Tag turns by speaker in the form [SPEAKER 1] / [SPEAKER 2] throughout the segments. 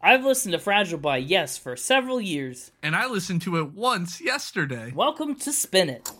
[SPEAKER 1] I've listened to Fragile by Yes for several years.
[SPEAKER 2] And I listened to it once yesterday.
[SPEAKER 1] Welcome to Spin It.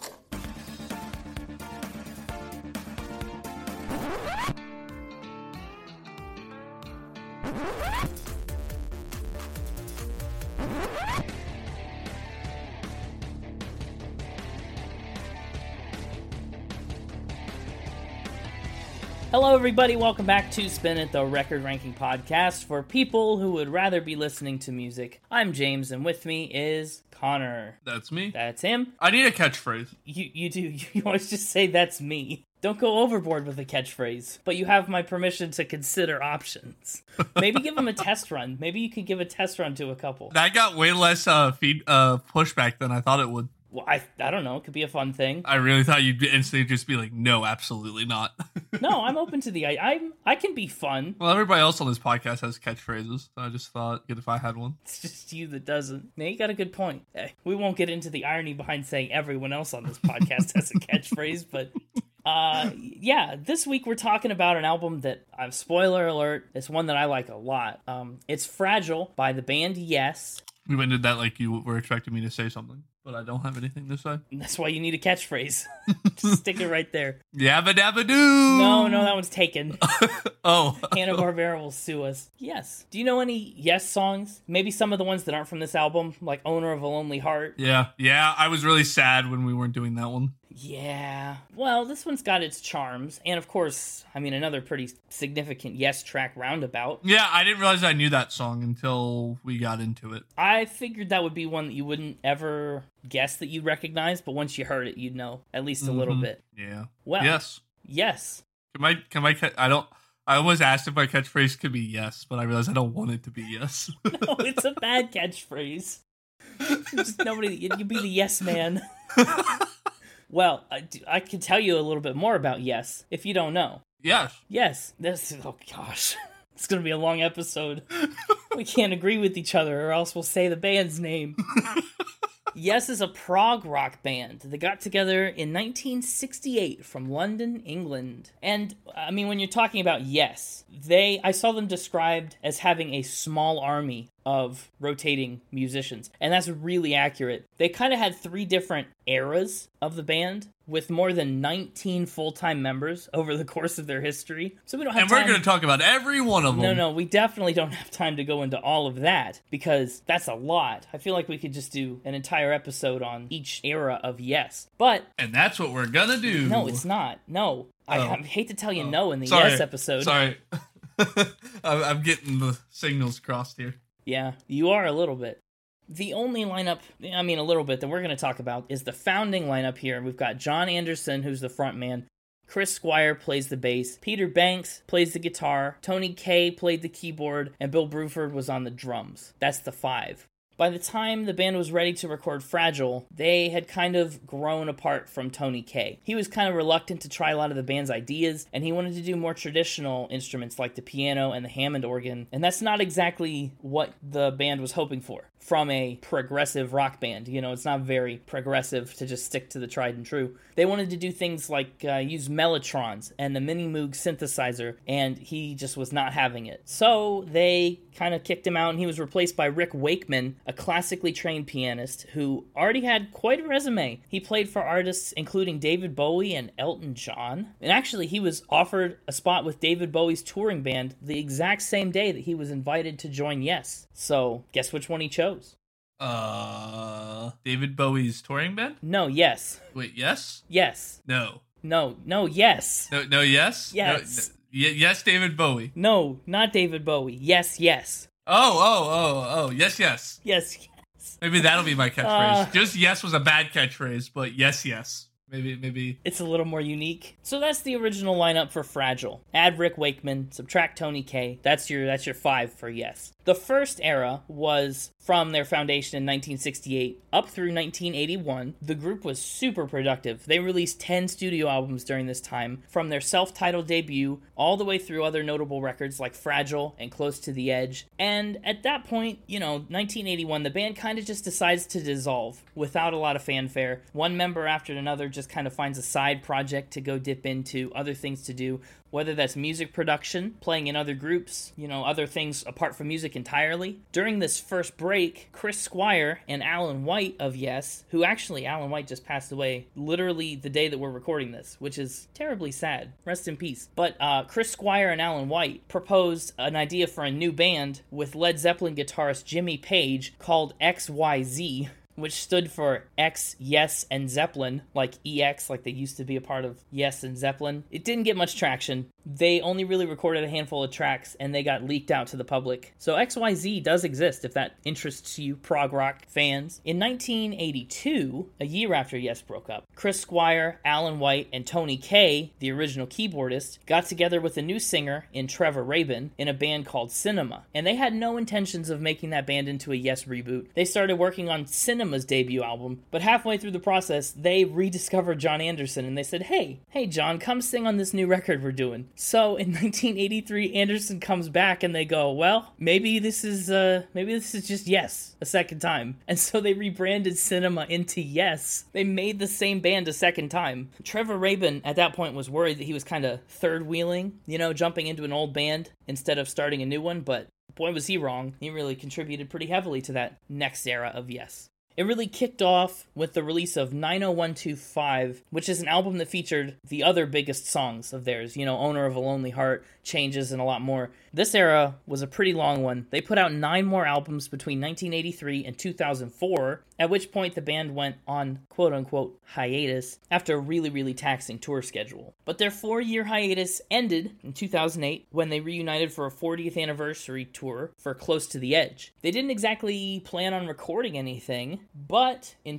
[SPEAKER 1] Hello, everybody. Welcome back to Spin It, the record ranking podcast for people who would rather be listening to music. I'm James, and with me is Connor.
[SPEAKER 2] That's me.
[SPEAKER 1] That's him.
[SPEAKER 2] I need a catchphrase.
[SPEAKER 1] You you do you always just say that's me. Don't go overboard with a catchphrase, but you have my permission to consider options. Maybe give them a test run. Maybe you could give a test run to a couple.
[SPEAKER 2] That got way less uh, feed, uh, pushback than I thought it would.
[SPEAKER 1] Well, I I don't know. It could be a fun thing.
[SPEAKER 2] I really thought you'd be- instantly just be like, no, absolutely not.
[SPEAKER 1] No, I'm open to the I I'm I can be fun.
[SPEAKER 2] well, everybody else on this podcast has catchphrases. So I just thought, good if I had one.
[SPEAKER 1] It's just you that doesn't. Now you got a good point. Eh, We won't get into the irony behind saying everyone else on this podcast has a catchphrase, but uh, yeah, this week we're talking about an album that I'm spoiler alert. It's one that I like a lot. Um, it's "Fragile" by the band Yes.
[SPEAKER 2] We went into that like you were expecting me to say something, but I don't have anything to say.
[SPEAKER 1] And that's why you need a catchphrase. just stick it right there.
[SPEAKER 2] Yabba dabba doo!
[SPEAKER 1] No, no, that one's taken.
[SPEAKER 2] Oh,
[SPEAKER 1] Hanna Barbera will sue us. Yes. Do you know any Yes songs? Maybe some of the ones that aren't from this album, like "Owner of a Lonely Heart."
[SPEAKER 2] yeah. Yeah, I was really sad when we weren't doing that one.
[SPEAKER 1] Yeah. Well, this one's got its charms. And of course, I mean, another pretty significant yes track roundabout.
[SPEAKER 2] Yeah, I didn't realize I knew that song until we got into it.
[SPEAKER 1] I figured that would be one that you wouldn't ever guess that you'd recognize, but once you heard it, you'd know at least a little
[SPEAKER 2] Mhm.
[SPEAKER 1] bit.
[SPEAKER 2] Yeah.
[SPEAKER 1] Well,
[SPEAKER 2] Yes.
[SPEAKER 1] yes.
[SPEAKER 2] Can my can my ca- I don't I almost asked if my catchphrase could be yes, but I realized I don't want it to be yes.
[SPEAKER 1] No, it's a bad catchphrase. Just nobody, you'd be the yes man. Well, I, d- I can tell you a little bit more about yes if you don't know.
[SPEAKER 2] yes.
[SPEAKER 1] Yes, this oh gosh. It's gonna be a long episode. we can't agree with each other or else we'll say the band's name. yes is a prog rock band that got together in 1968 from London, England. And I mean when you're talking about yes, they I saw them described as having a small army of rotating musicians. And that's really accurate. They kind of had three different eras of the band with more than 19 full-time members over the course of their history. So we don't have
[SPEAKER 2] And we're
[SPEAKER 1] time-
[SPEAKER 2] going to talk about every one of them.
[SPEAKER 1] no, no, we definitely don't have time to go into all of that because that's a lot. I feel like we could just do an entire episode on each era of Yes. But
[SPEAKER 2] And that's what we're going to do.
[SPEAKER 1] no, it's not. No. I,
[SPEAKER 2] Oh.
[SPEAKER 1] I hate to tell you no in the
[SPEAKER 2] Sorry.
[SPEAKER 1] Yes episode.
[SPEAKER 2] Sorry. I'm- I'm getting the signals crossed here.
[SPEAKER 1] Yeah, you are a little bit. The only lineup, I mean, a little bit, that we're going to talk about is the founding lineup here. We've got John Anderson, who's the front man. Chris Squire plays the bass. Peter Banks plays the guitar. Tony Kaye played the keyboard. And Bill Bruford was on the drums. That's the five. By the time the band was ready to record Fragile, they had kind of grown apart from Tony Kaye. He was kind of reluctant to try a lot of the band's ideas, and he wanted to do more traditional instruments like the piano and the Hammond organ, and that's not exactly what the band was hoping for from a progressive rock band. You know, it's not very progressive to just stick to the tried and true. They wanted to do things like uh, use Mellotrons and the Mini Moog synthesizer, and he just was not having it. So they kind of kicked him out, and he was replaced by Rick Wakeman, a classically trained pianist who already had quite a resume. He played for artists including David Bowie and Elton John. And actually, he was offered a spot with David Bowie's touring band the exact same day that he was invited to join Yes. So, guess which one he chose?
[SPEAKER 2] Uh David Bowie's touring band?
[SPEAKER 1] No, yes.
[SPEAKER 2] Wait, yes?
[SPEAKER 1] Yes.
[SPEAKER 2] No.
[SPEAKER 1] No, no, yes.
[SPEAKER 2] No no yes? No,
[SPEAKER 1] Yes.
[SPEAKER 2] no- y- yes, David Bowie.
[SPEAKER 1] No, not David Bowie. Yes, yes.
[SPEAKER 2] Oh, oh, oh, oh. Yes, yes.
[SPEAKER 1] Yes.
[SPEAKER 2] Maybe that'll be my
[SPEAKER 1] Uh.
[SPEAKER 2] catchphrase. Just yes was a bad catchphrase, but yes, yes. Maybe, maybe.
[SPEAKER 1] It's a little more unique. So that's the original lineup for Fragile. Add Rick Wakeman, subtract Tony K. That's your that's your five for yes. The first era was from their foundation in 1968 up through 1981. The group was super productive. They released 10 studio albums during this time, from their self-titled debut all the way through other notable records like Fragile and Close to the Edge. And at that point, you know, 1981, the band kind of just decides to dissolve without a lot of fanfare. One member after another just just kind of finds a side project to go dip into, other things to do, whether that's music production, playing in other groups, you know, other things apart from music entirely. During this first break, Chris Squire and Alan White of Yes, who actually Alan White just passed away literally the day that we're recording this, which is terribly sad. Rest in peace. But uh, Chris Squire and Alan White proposed an idea for a new band with Led Zeppelin guitarist Jimmy Page called XYZ which stood for X, Yes, and Zeppelin, like EX, like they used to be a part of Yes and Zeppelin. It didn't get much traction. They only really recorded a handful of tracks and they got leaked out to the public. So XYZ does exist if that interests you, prog rock fans. In 1982, a year after Yes broke up, Chris Squire, Alan White, and Tony Kaye, the original keyboardist, got together with a new singer in Trevor Rabin in a band called Cinema. And they had no intentions of making that band into a Yes reboot. They started working on Cinema. Cinema's debut album, but halfway through the process, they rediscovered John Anderson and they said, Hey, hey, John, come sing on this new record we're doing. So in 1983, Anderson comes back and they go, Well, maybe this is, uh, maybe this is just Yes a second time. And so they rebranded Cinema into Yes. They made the same band a second time. Trevor Rabin at that point was worried that he was kind of third wheeling, you know, jumping into an old band instead of starting a new one, but. Boy, was he wrong. He really contributed pretty heavily to that next era of Yes. It really kicked off with the release of 90125, which is an album that featured the other biggest songs of theirs, you know, Owner of a Lonely Heart, Changes, and a lot more. This era was a pretty long one. They put out nine more albums between 1983 and 2004, at which point the band went on quote unquote hiatus after a really, really taxing tour schedule. But their four year hiatus ended in 2008 when they reunited for a 40th anniversary tour for Close to the Edge. They didn't exactly plan on recording anything. But in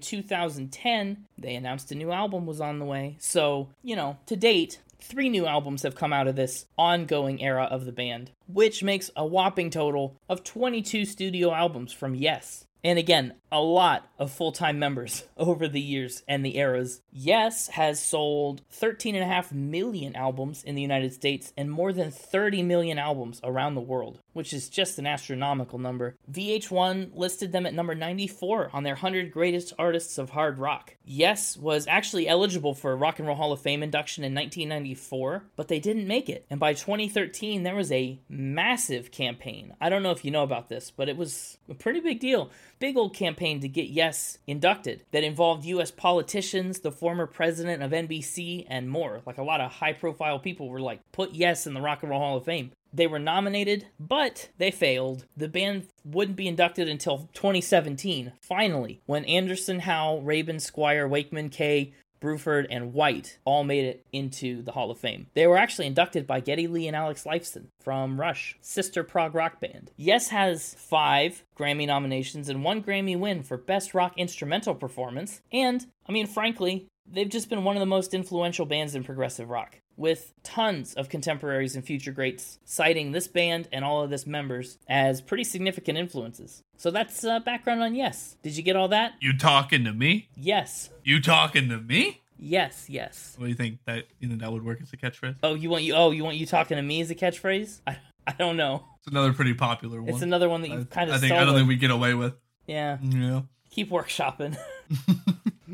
[SPEAKER 1] 2010, they announced a new album was on the way. So, you know, to date, three new albums have come out of this ongoing era of the band, which makes a whopping total of 22 studio albums from Yes. And again, a lot of full time members over the years and the eras. Yes has sold 13.5 million albums in the United States and more than 30 million albums around the world, which is just an astronomical number. VH1 listed them at number 94 on their 100 Greatest Artists of Hard Rock. Yes was actually eligible for a Rock and Roll Hall of Fame induction in 1994, but they didn't make it. And by 2013, there was a massive campaign. I don't know if you know about this, but it was a pretty big deal big old campaign to get Yes inducted that involved US politicians, the former president of NBC, and more. Like a lot of high profile people were like, put Yes in the Rock and Roll Hall of Fame. They were nominated, but they failed. The band wouldn't be inducted until 2017, finally, when Anderson, Howe, Rabin, Squire, Wakeman, Kay, Bruford, and White all made it into the Hall of Fame. They were actually inducted by Geddy Lee and Alex Lifeson from Rush, sister prog rock band. Yes has five Grammy nominations and one Grammy win for Best Rock Instrumental Performance, and, I mean, frankly, they've just been one of the most influential bands in progressive rock, with tons of contemporaries and future greats citing this band and all of this members as pretty significant influences. So that's uh, background on Yes. Did you get all that?
[SPEAKER 2] You talking to me?
[SPEAKER 1] Yes.
[SPEAKER 2] You talking to me?
[SPEAKER 1] Yes, yes.
[SPEAKER 2] What do you think that you know that would work as a catchphrase?
[SPEAKER 1] Oh, you want you? Oh, you want you talking to me as a catchphrase? I, I don't know.
[SPEAKER 2] It's another pretty popular one.
[SPEAKER 1] It's another one that you
[SPEAKER 2] I,
[SPEAKER 1] kind of.
[SPEAKER 2] I think I
[SPEAKER 1] stolen.
[SPEAKER 2] don't think we get away with.
[SPEAKER 1] yeah.
[SPEAKER 2] Yeah.
[SPEAKER 1] Keep workshopping.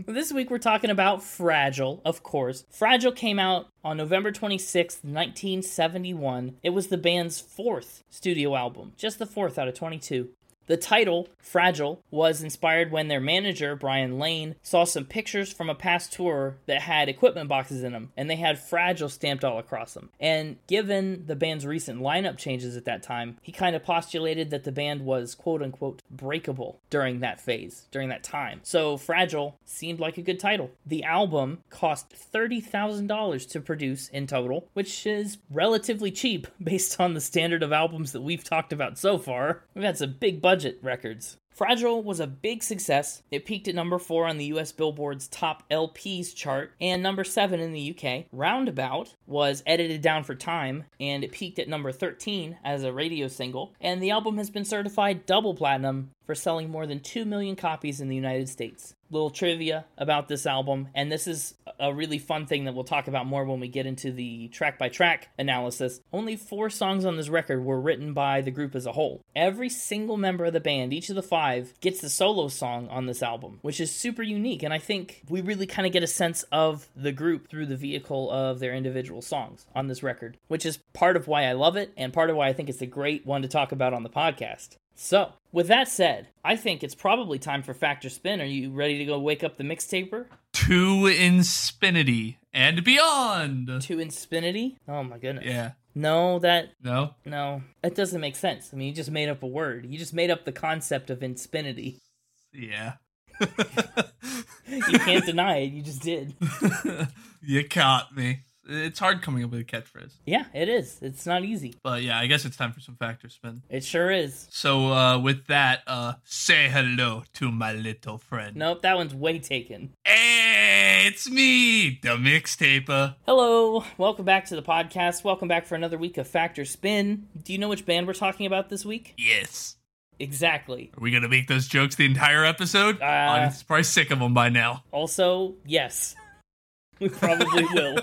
[SPEAKER 1] This week we're talking about Fragile, of course. Fragile came out on November 26th, 1971. It was the band's fourth studio album, just the fourth out of 22. The title, Fragile, was inspired when their manager, Brian Lane, saw some pictures from a past tour that had equipment boxes in them, and they had Fragile stamped all across them. And given the band's recent lineup changes at that time, he kind of postulated that the band was quote unquote breakable during that phase, during that time. So Fragile seemed like a good title. The album cost $30,000 to produce in total, which is relatively cheap based on the standard of albums that we've talked about so far. We've had some big budget records. Fragile was a big success. It peaked at number 4 on the US Billboard's Top LPs chart and number 7 in the UK. Roundabout was edited down for time and it peaked at number 13 as a radio single. And the album has been certified double platinum for selling more than 2 million copies in the United States. Little trivia about this album, and this is a really fun thing that we'll talk about more when we get into the track by track analysis. Only four songs on this record were written by the group as a whole. Every single member of the band, each of the five, gets the solo song on this album, which is super unique. And I think we really kind of get a sense of the group through the vehicle of their individual songs on this record, which is part of why I love it and part of why I think it's a great one to talk about on the podcast. So, with that said, I think it's probably time for Factor Spin. Are you ready to go wake up the mixtaper?
[SPEAKER 2] To infinity and beyond.
[SPEAKER 1] To Infinity? Oh my goodness.
[SPEAKER 2] Yeah.
[SPEAKER 1] No, that
[SPEAKER 2] No.
[SPEAKER 1] no, that doesn't make sense. I mean, you just made up a word. You just made up the concept of infinity.
[SPEAKER 2] Yeah.
[SPEAKER 1] You can't deny it. You just did.
[SPEAKER 2] you caught me. It's hard coming up with a catchphrase.
[SPEAKER 1] Yeah, it is. It's not easy.
[SPEAKER 2] But yeah, I guess it's time for some factor spin.
[SPEAKER 1] It sure is.
[SPEAKER 2] So uh with that, uh say hello to my little friend.
[SPEAKER 1] Nope, that one's way taken.
[SPEAKER 2] Hey, it's me, the mixtaper.
[SPEAKER 1] Hello, welcome back to the podcast. Welcome back for another week of Factor Spin. Do you know which band we're talking about this week?
[SPEAKER 2] Yes.
[SPEAKER 1] Exactly.
[SPEAKER 2] Are we gonna make those jokes the entire episode?
[SPEAKER 1] Uh,
[SPEAKER 2] I'm probably sick of them by now.
[SPEAKER 1] Also, yes. We probably will.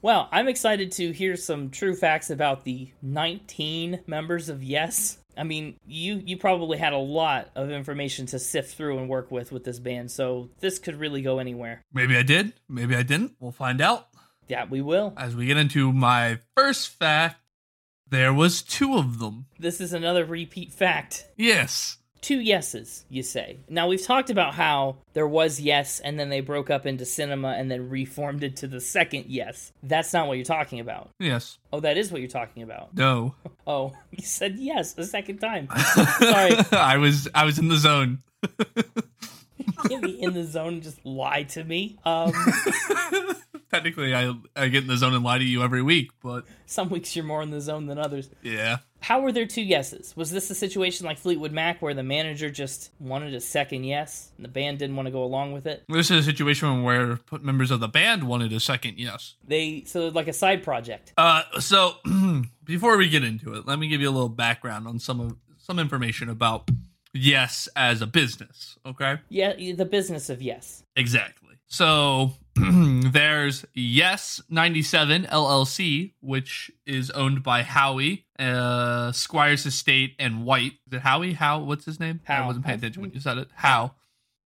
[SPEAKER 1] Well, I'm excited to hear some true facts about the 19 members of Yes. I mean, you you probably had a lot of information to sift through and work with with this band, so this could really go anywhere.
[SPEAKER 2] Maybe I did, maybe I didn't. We'll find out.
[SPEAKER 1] Yeah, we will.
[SPEAKER 2] As we get into my first fact, there was two of them.
[SPEAKER 1] This is another repeat fact.
[SPEAKER 2] Yes.
[SPEAKER 1] Two yeses, you say. Now we've talked about how there was Yes and then they broke up into Cinema and then reformed into the second Yes. That's not what you're talking about.
[SPEAKER 2] Yes.
[SPEAKER 1] Oh, that is what you're talking about.
[SPEAKER 2] No.
[SPEAKER 1] Oh, you said yes a second time. Sorry.
[SPEAKER 2] I was I was in the zone.
[SPEAKER 1] can't be in the zone and just lie to me. Um,
[SPEAKER 2] Technically, I I get in the zone and lie to you every week, but
[SPEAKER 1] some weeks you're more in the zone than others.
[SPEAKER 2] yeah,
[SPEAKER 1] How were there two yeses? Was this a situation like Fleetwood Mac where the manager just wanted a second yes and the band didn't want to go along with it?
[SPEAKER 2] this is a situation where members of the band wanted a second yes.
[SPEAKER 1] They so like a side project.
[SPEAKER 2] Uh, so before we get into it, let me give you a little background on some of some information about yes as a business. Okay,
[SPEAKER 1] Yeah, the business of yes.
[SPEAKER 2] exactly. So there's Yes 97 LLC, which is owned by Howie, uh, Squires Estate, and White. Is it Howie? How? What's his name?
[SPEAKER 1] Howe.
[SPEAKER 2] I wasn't paying attention when you said it. How?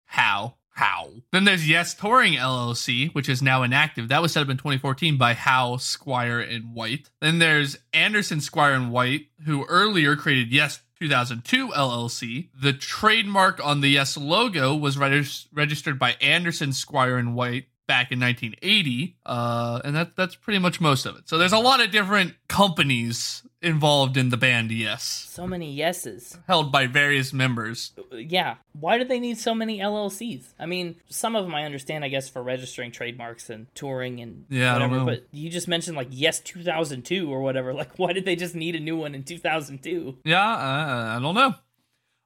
[SPEAKER 2] How? How? Then there's Yes Touring LLC, which is now inactive. That was set up in 2014 by Howe, Squire, and White. Then there's Anderson, Squire, and White, who earlier created Yes 2002 LLC. The trademark on the Yes logo was regis- registered by Anderson, Squire, and White back in 1980, uh, and that that's pretty much most of it. So there's a lot of different companies involved in the band. Yes,
[SPEAKER 1] So many yeses.
[SPEAKER 2] held by various members.
[SPEAKER 1] Yeah. Why do they need so many LLCs? I mean, some of them I understand, I guess, for registering trademarks and touring and
[SPEAKER 2] Yeah, I don't
[SPEAKER 1] whatever.
[SPEAKER 2] know.
[SPEAKER 1] But you just mentioned like yes, 2002 or whatever. Like, why did they just need a new one in 2002?
[SPEAKER 2] Yeah, uh, I don't know.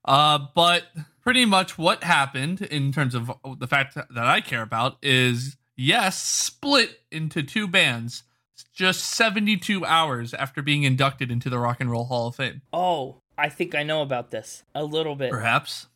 [SPEAKER 2] Uh, but pretty much what happened in terms of the fact that I care about is yes, split into two bands just 72 hours after being inducted into the Rock and Roll Hall of Fame.
[SPEAKER 1] Oh, I think I know about this a little bit.
[SPEAKER 2] Perhaps.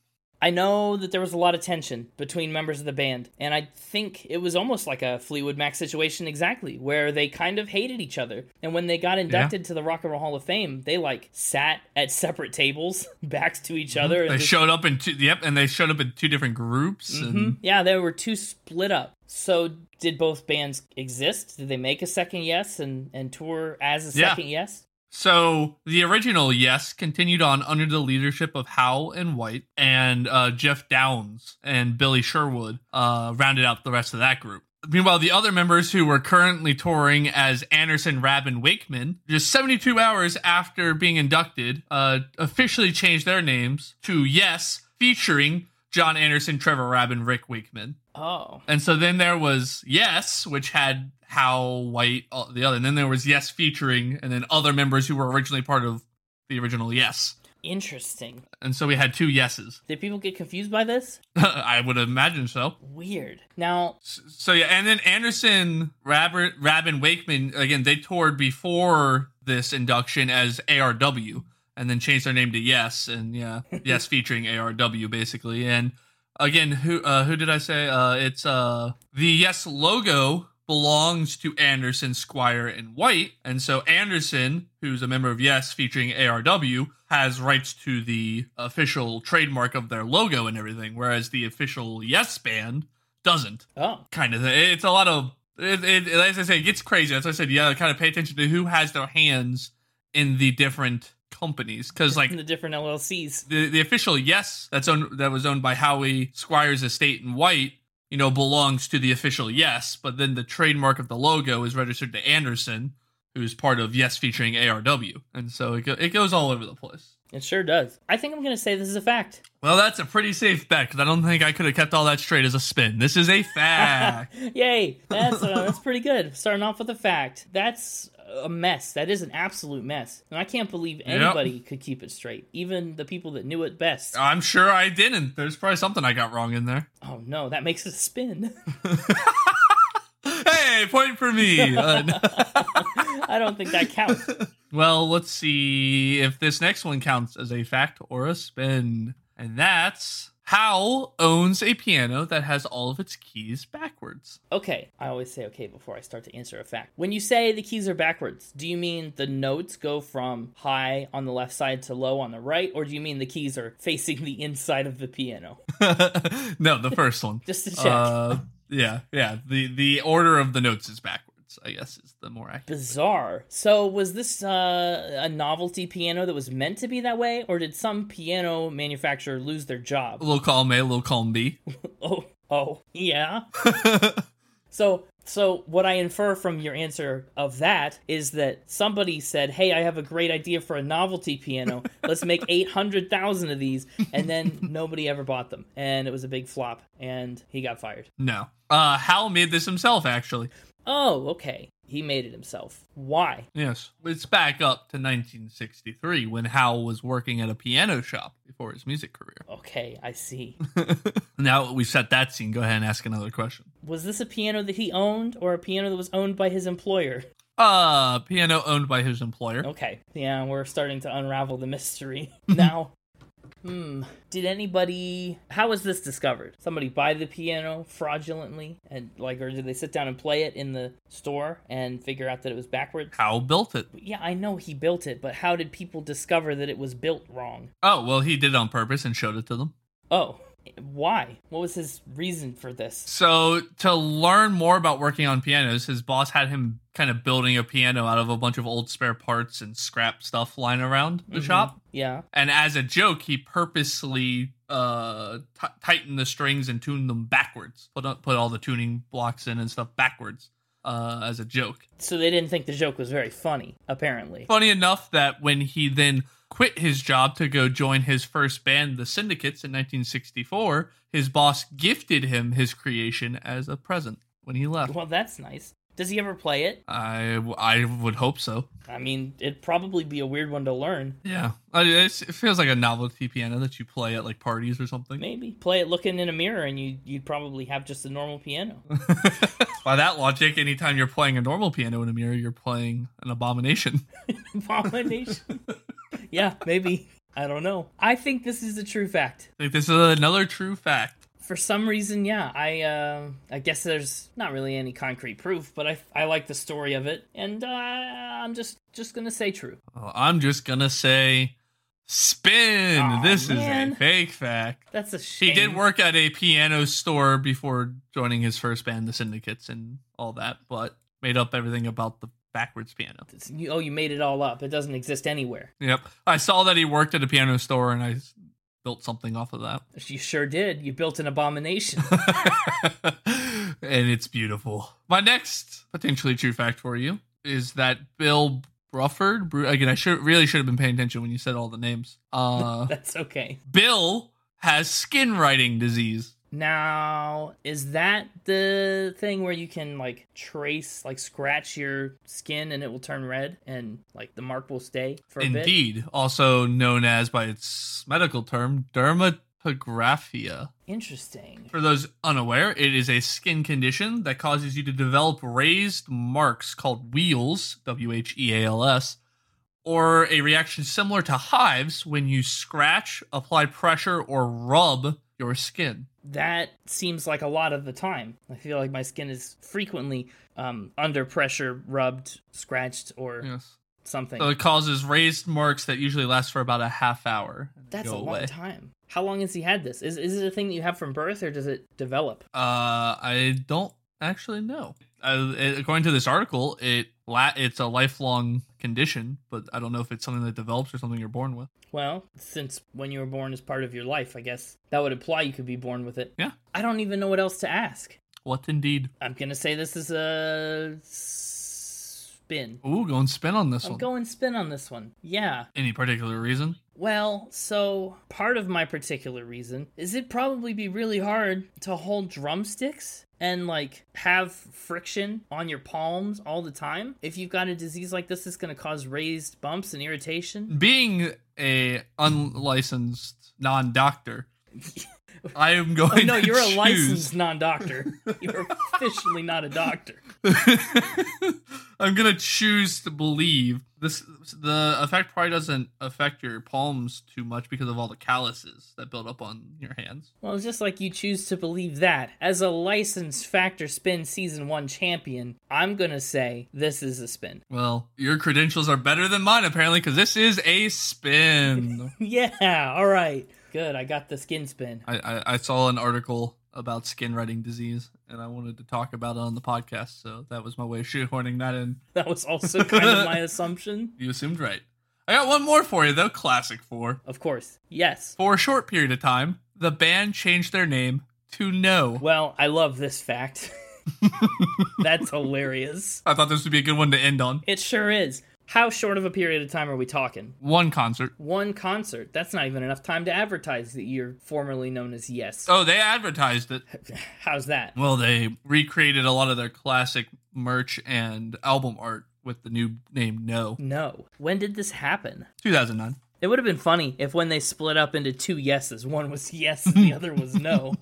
[SPEAKER 1] I know that there was a lot of tension between members of the band, and I think it was almost like a Fleetwood Mac situation exactly, where they kind of hated each other. And when they got inducted to the Rock and Roll Hall of Fame, they like sat at separate tables, backs to each other. And
[SPEAKER 2] Mm-hmm. They
[SPEAKER 1] just-
[SPEAKER 2] showed up in two. Yep, and they showed up in two different groups.
[SPEAKER 1] Mhm.
[SPEAKER 2] And
[SPEAKER 1] Yeah, they were two split up. So did both bands exist? Did they make a second yes and and tour as a
[SPEAKER 2] Yeah.
[SPEAKER 1] second yes?
[SPEAKER 2] so the original Yes continued on under the leadership of Howe and White, and uh, Jeff Downs and Billy Sherwood uh, rounded out the rest of that group. Meanwhile, the other members who were currently touring as Anderson, Rab, and Wakeman, just 72 hours after being inducted, uh, officially changed their names to Yes, featuring John Anderson, Trevor Rab, and Rick Wakeman.
[SPEAKER 1] Oh,
[SPEAKER 2] And so then there was Yes, which had How White, uh, the other. And then there was Yes featuring, and then other members who were originally part of the original Yes.
[SPEAKER 1] interesting.
[SPEAKER 2] And so we had two Yeses.
[SPEAKER 1] Did people get confused by this?
[SPEAKER 2] I would imagine so.
[SPEAKER 1] Weird. Now,
[SPEAKER 2] S- So yeah, and then Anderson, Rabin, Rabin Wakeman again. They toured before this induction as ARW, and then changed their name to Yes, and yeah, Yes featuring ARW basically. And Again, who uh, who did I say? Uh, it's uh, the Yes logo belongs to Anderson, Squire, and White, and so Anderson, who's a member of Yes, featuring ARW, has rights to the official trademark of their logo and everything, whereas the official Yes band doesn't.
[SPEAKER 1] Oh,
[SPEAKER 2] Kind of, thing. it's a lot of. It, it, as I say, it gets crazy. As I said, yeah, kind of pay attention to who has their hands in the different companies, because like
[SPEAKER 1] in the different LLCs.
[SPEAKER 2] the, the official yes that's owned that was owned by Howie Squires Estate and White, you know, belongs to the official yes, but then the trademark of the logo is registered to Anderson, who's part of Yes featuring ARW, and so it go, it goes all over the place.
[SPEAKER 1] It sure does. I think I'm going to say this is a fact.
[SPEAKER 2] Well, that's a pretty safe bet 'cause I don't think I could have kept all that straight as a spin. This is a fact.
[SPEAKER 1] Yay! That's uh, that's pretty good. Starting off with a fact. That's a mess. That is an absolute mess, and I can't believe anybody could keep it straight. Even the people that knew it best.
[SPEAKER 2] I'm sure I didn't. There's probably something I got wrong in there.
[SPEAKER 1] Oh no, that makes it a spin.
[SPEAKER 2] Hey, point for me. Uh,
[SPEAKER 1] I don't think that counts.
[SPEAKER 2] Well, let's see if this next one counts as a fact or a spin. And that's Hal owns a piano that has all of its keys backwards.
[SPEAKER 1] Okay, I always say okay before I start to answer a fact. When you say the keys are backwards, do you mean the notes go from high on the left side to low on the right, or do you mean the keys are facing the inside of the piano?
[SPEAKER 2] no, the first one.
[SPEAKER 1] Just to check.
[SPEAKER 2] Uh, yeah, yeah. The the order of the notes is backwards. I guess is the more accurate.
[SPEAKER 1] Bizarre. So, was this uh, a novelty piano that was meant to be that way, or did some piano manufacturer lose their job?
[SPEAKER 2] Little column A, little column B.
[SPEAKER 1] Oh, oh, yeah. so, so what I infer from your answer of that is that somebody said, "Hey, I have a great idea for a novelty piano. Let's make eight hundred thousand of these," and then nobody ever bought them, and it was a big flop, and he got fired.
[SPEAKER 2] No. Uh, Hal made this himself, actually.
[SPEAKER 1] Oh, okay. He made it himself. Why?
[SPEAKER 2] Yes. It's back up to 1963 when Hal was working at a piano shop before his music career.
[SPEAKER 1] Okay, I see.
[SPEAKER 2] Now that we've set that scene, go ahead and ask another question.
[SPEAKER 1] Was this a piano that he owned or a piano that was owned by his employer?
[SPEAKER 2] Uh, piano owned by his employer.
[SPEAKER 1] Okay. Yeah, we're starting to unravel the mystery now. Hmm. Did anybody? How was this discovered? Somebody buy the piano fraudulently, and like, or did they sit down and play it in the store and figure out that it was backwards?
[SPEAKER 2] Hal built it.
[SPEAKER 1] Yeah, I know he built it, but how did people discover that it was built wrong?
[SPEAKER 2] Oh, well, he did it on purpose and showed it to them.
[SPEAKER 1] Oh, why? What was his reason for this?
[SPEAKER 2] So, to learn more about working on pianos, his boss had him kind of building a piano out of a bunch of old spare parts and scrap stuff lying around the shop.
[SPEAKER 1] Yeah.
[SPEAKER 2] And as a joke, he purposely uh t- tightened the strings and tuned them backwards. Put put all the tuning blocks in and stuff backwards uh as a joke.
[SPEAKER 1] So they didn't think the joke was very funny, apparently.
[SPEAKER 2] Funny enough that when he then quit his job to go join his first band, the Syndicates, in 1964, his boss gifted him his creation as a present when he left.
[SPEAKER 1] Well, that's nice. Does he ever play it?
[SPEAKER 2] I, w- I would hope so.
[SPEAKER 1] I mean, it'd probably be a weird one to learn.
[SPEAKER 2] Yeah. I, it's, it feels like a novelty piano that you play at like parties or something.
[SPEAKER 1] Maybe play it looking in a mirror, and you you'd probably have just a normal piano.
[SPEAKER 2] By that logic, anytime you're playing a normal piano in a mirror, you're playing an abomination.
[SPEAKER 1] Abomination. yeah, maybe. I don't know. I think this is a true fact.
[SPEAKER 2] like, this is another true fact.
[SPEAKER 1] For some reason, yeah. I uh, I guess there's not really any concrete proof, but I I like the story of it, and uh, I'm just just gonna say true.
[SPEAKER 2] Uh, I'm just going to say spin.
[SPEAKER 1] Aw,
[SPEAKER 2] this is
[SPEAKER 1] man.
[SPEAKER 2] a fake fact.
[SPEAKER 1] That's a
[SPEAKER 2] He
[SPEAKER 1] shame.
[SPEAKER 2] did work at a piano store before joining his first band, the Syndicates, and all that, but made up everything about the backwards piano.
[SPEAKER 1] It's- you- oh, you made it all up. It doesn't exist anywhere.
[SPEAKER 2] Yep. I saw that he worked at a piano store and I s- built something off of that.
[SPEAKER 1] You sure did. You built an abomination.
[SPEAKER 2] and it's beautiful. My next potentially true fact for you is that Bill Brufford, Bru- again, I should really should have been paying attention when you said all the names. Uh,
[SPEAKER 1] That's okay.
[SPEAKER 2] Bill has skin writing disease.
[SPEAKER 1] Now, is that the thing where you can like trace, like scratch your skin and it will turn red and like the mark will stay for a bit?
[SPEAKER 2] Indeed, also known as by its medical term dermatographia.
[SPEAKER 1] Interesting.
[SPEAKER 2] For those unaware, it is a skin condition that causes you to develop raised marks called wheals, W H E A L S, or a reaction similar to hives when you scratch, apply pressure, or rub your skin.
[SPEAKER 1] That seems like a lot of the time. I feel like my skin is frequently um, under pressure, rubbed, scratched, or
[SPEAKER 2] Yes.
[SPEAKER 1] something.
[SPEAKER 2] So it causes raised marks that usually last for about a half hour. and
[SPEAKER 1] That's a
[SPEAKER 2] go
[SPEAKER 1] long
[SPEAKER 2] away.
[SPEAKER 1] time. How long has he had this? Is is it a thing that you have from birth, or does it develop?
[SPEAKER 2] Uh, I don't actually know. Uh, it- according to this article, it la- it's a lifelong condition, but I don't know if it's something that develops or something you're born with.
[SPEAKER 1] Well, since when you were born is part of your life, I guess that would imply you could be born with it.
[SPEAKER 2] Yeah.
[SPEAKER 1] I don't even know what else to ask.
[SPEAKER 2] What indeed?
[SPEAKER 1] I'm gonna say this is a spin.
[SPEAKER 2] Ooh, go and spin on this
[SPEAKER 1] I'm
[SPEAKER 2] one.
[SPEAKER 1] going spin on this one. Yeah.
[SPEAKER 2] Any particular reason?
[SPEAKER 1] Well, so part of my particular reason is it'd probably be really hard to hold drumsticks and like have friction on your palms all the time. If you've got a disease like this, it's going to cause raised bumps and irritation.
[SPEAKER 2] Being a unlicensed non-doctor, I am going.
[SPEAKER 1] Oh, no,
[SPEAKER 2] to
[SPEAKER 1] you're a
[SPEAKER 2] choose-
[SPEAKER 1] licensed non doctor. You're officially not a doctor.
[SPEAKER 2] I'm gonna choose to believe this. The effect probably doesn't affect your palms too much because of all the calluses that build up on your hands.
[SPEAKER 1] Well, it's just like you choose to believe that. As a licensed Factor Spin Season 1 champion, I'm going to say this is a spin.
[SPEAKER 2] Well, your credentials are better than mine apparently because this is a spin.
[SPEAKER 1] Yeah, all right. Good, I got the skin spin.
[SPEAKER 2] I, I I saw an article about skin writing disease and I wanted to talk about it on the podcast, so that was my way of shoehorning that in.
[SPEAKER 1] That was also kind of my assumption.
[SPEAKER 2] You assumed right. I got one more for you though, classic four.
[SPEAKER 1] Of course. Yes.
[SPEAKER 2] For a short period of time, the band changed their name to No.
[SPEAKER 1] Well, I love this fact. That's hilarious.
[SPEAKER 2] I thought this would be a good one to end on.
[SPEAKER 1] It sure is. How short of a period of time are we talking?
[SPEAKER 2] One concert.
[SPEAKER 1] One concert. That's not even enough time to advertise that you're formerly known as Yes.
[SPEAKER 2] Oh, they advertised it.
[SPEAKER 1] How's that?
[SPEAKER 2] Well, they recreated a lot of their classic merch and album art with the new name No.
[SPEAKER 1] No. When did this happen?
[SPEAKER 2] 2009.
[SPEAKER 1] It would have been funny if when they split up into two yeses, one was yes and the other was no.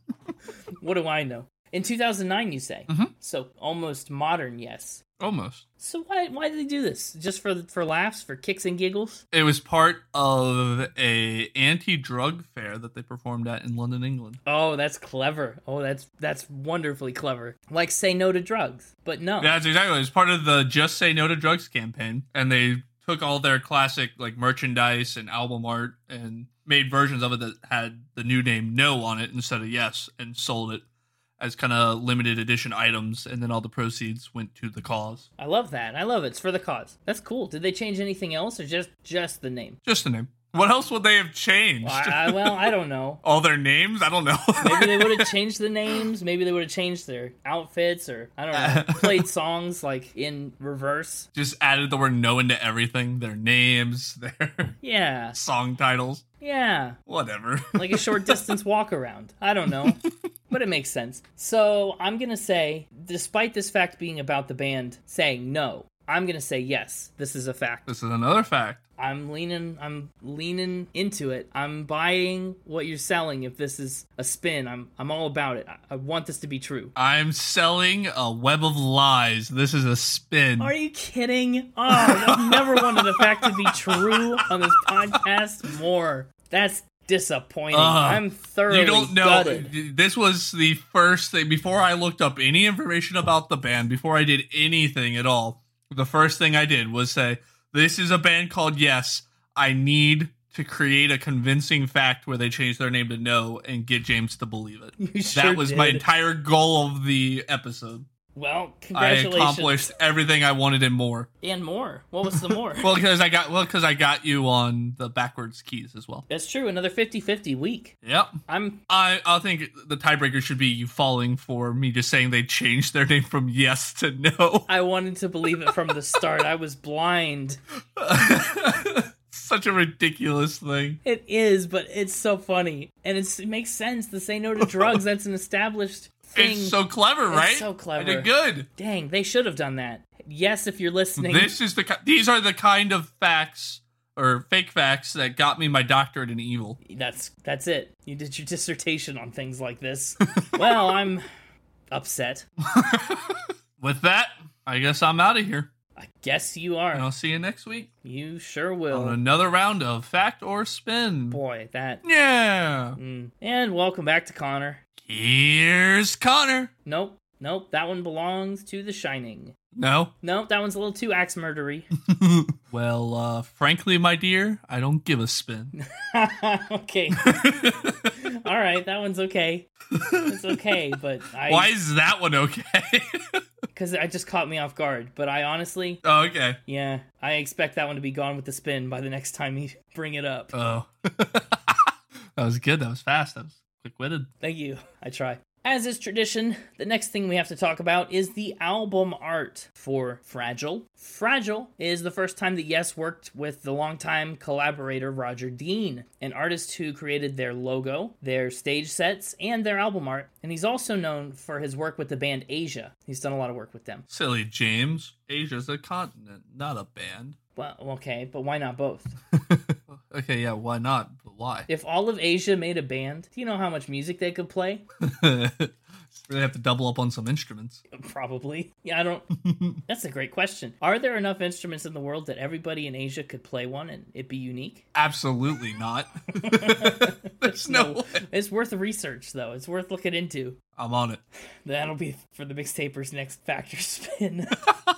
[SPEAKER 1] what do I know? In 2009, you say. So almost modern yes.
[SPEAKER 2] Almost.
[SPEAKER 1] So why why did they do this? Just for for laughs, for kicks and giggles?
[SPEAKER 2] It was part of a anti-drug fair that they performed at in London, England.
[SPEAKER 1] Oh, that's clever. Oh, that's that's wonderfully clever. Like say no to drugs, but no.
[SPEAKER 2] That's exactly. It was part of the Just Say No to Drugs campaign, and they took all their classic like merchandise and album art and made versions of it that had the new name No on it instead of Yes, and sold it as kind of limited edition items, and then all the proceeds went to the cause.
[SPEAKER 1] I love that. I love it. It's for the cause. That's cool. Did they change anything else or just just the name?
[SPEAKER 2] Just the name. What else would they have changed?
[SPEAKER 1] I, I, well, I don't know.
[SPEAKER 2] all their names? I don't know.
[SPEAKER 1] Maybe they would have changed the names. Maybe they would have changed their outfits, or I don't know, played songs like in reverse.
[SPEAKER 2] Just added the word No into everything. Their names, their
[SPEAKER 1] Yeah,
[SPEAKER 2] song titles,
[SPEAKER 1] yeah,
[SPEAKER 2] whatever.
[SPEAKER 1] like a short distance walk around. I don't know, but it makes sense. So I'm gonna say, despite this fact being about the band saying no, I'm gonna say yes. This is a fact.
[SPEAKER 2] this is another fact.
[SPEAKER 1] I'm leaning. I'm leaning into it. I'm buying what you're selling. If this is a spin, I'm. I'm all about it. I, I want this to be true.
[SPEAKER 2] I'm selling a web of lies. This is a spin.
[SPEAKER 1] Are you kidding? Oh, I've never wanted the fact to be true on this podcast more. That's disappointing.
[SPEAKER 2] Ugh.
[SPEAKER 1] I'm thoroughly
[SPEAKER 2] Uh, You don't know.
[SPEAKER 1] gutted.
[SPEAKER 2] This was the first thing before I looked up any information about the band, before I did anything at all. The first thing I did was say, This is a band called Yes. I need to create a convincing fact where they change their name to No and get James to believe it.
[SPEAKER 1] You sure
[SPEAKER 2] that was my
[SPEAKER 1] did.
[SPEAKER 2] entire goal of the episode.
[SPEAKER 1] Well,
[SPEAKER 2] I
[SPEAKER 1] congratulations.
[SPEAKER 2] accomplished everything I wanted and more.
[SPEAKER 1] And more. What was the more?
[SPEAKER 2] Well, because I got well, because I got you on the backwards keys as well.
[SPEAKER 1] That's true. Another 50 50 week.
[SPEAKER 2] Yep.
[SPEAKER 1] I'm.
[SPEAKER 2] I I think the tiebreaker should be you falling for me just saying they changed their name from yes to no.
[SPEAKER 1] I wanted to believe it from the start. I was blind.
[SPEAKER 2] Such a ridiculous thing.
[SPEAKER 1] It is, but it's so funny, and it's, it makes sense. The say no to drugs. That's an established thing.
[SPEAKER 2] It's so clever, right?
[SPEAKER 1] so clever.
[SPEAKER 2] I did good.
[SPEAKER 1] Dang, they should have done that. Yes, if you're listening.
[SPEAKER 2] This is the ki- these are the kind of facts or fake facts that got me my doctorate in evil.
[SPEAKER 1] that's that's it. You did your dissertation on things like this. well, I'm upset.
[SPEAKER 2] With that, I guess I'm out of here.
[SPEAKER 1] I guess you are.
[SPEAKER 2] And I'll see you next week
[SPEAKER 1] You sure
[SPEAKER 2] on
[SPEAKER 1] will.
[SPEAKER 2] another round of Fact or Spin.
[SPEAKER 1] Boy, that.
[SPEAKER 2] Yeah.
[SPEAKER 1] Mm. And welcome back to Connor.
[SPEAKER 2] Here's Connor.
[SPEAKER 1] Nope, nope. That one belongs to The Shining.
[SPEAKER 2] No.
[SPEAKER 1] Nope, that one's a little too axe murdery.
[SPEAKER 2] well, uh, frankly, my dear, I don't give a spin.
[SPEAKER 1] okay, all right, that one's okay. It's okay, but I
[SPEAKER 2] Why is that one okay?
[SPEAKER 1] because I just caught me off guard. But I honestly,
[SPEAKER 2] oh, okay.
[SPEAKER 1] yeah, I expect that one to be gone with the spin by the next time you bring it up.
[SPEAKER 2] Oh. that was good. That was fast. That was quick witted.
[SPEAKER 1] Thank you. I try. As is tradition, the next thing we have to talk about is the album art for Fragile. Fragile is the first time that Yes worked with the longtime collaborator Roger Dean, an artist who created their logo, their stage sets, and their album art. And he's also known for his work with the band Asia. He's done a lot of work with them.
[SPEAKER 2] Silly James. Asia's a continent, not a band.
[SPEAKER 1] Well, okay, but why not both?
[SPEAKER 2] okay, yeah, why not? But why?
[SPEAKER 1] If all of Asia made a band, do you know how much music they could play?
[SPEAKER 2] really have to double up on some instruments.
[SPEAKER 1] Probably. Yeah, I don't. That's a great question. Are there enough instruments in the world that everybody in Asia could play one and it be unique?
[SPEAKER 2] Absolutely not. There's no, way.
[SPEAKER 1] It's worth research, though. It's worth looking into.
[SPEAKER 2] I'm on it.
[SPEAKER 1] That'll be for the mixtaper's next factor spin.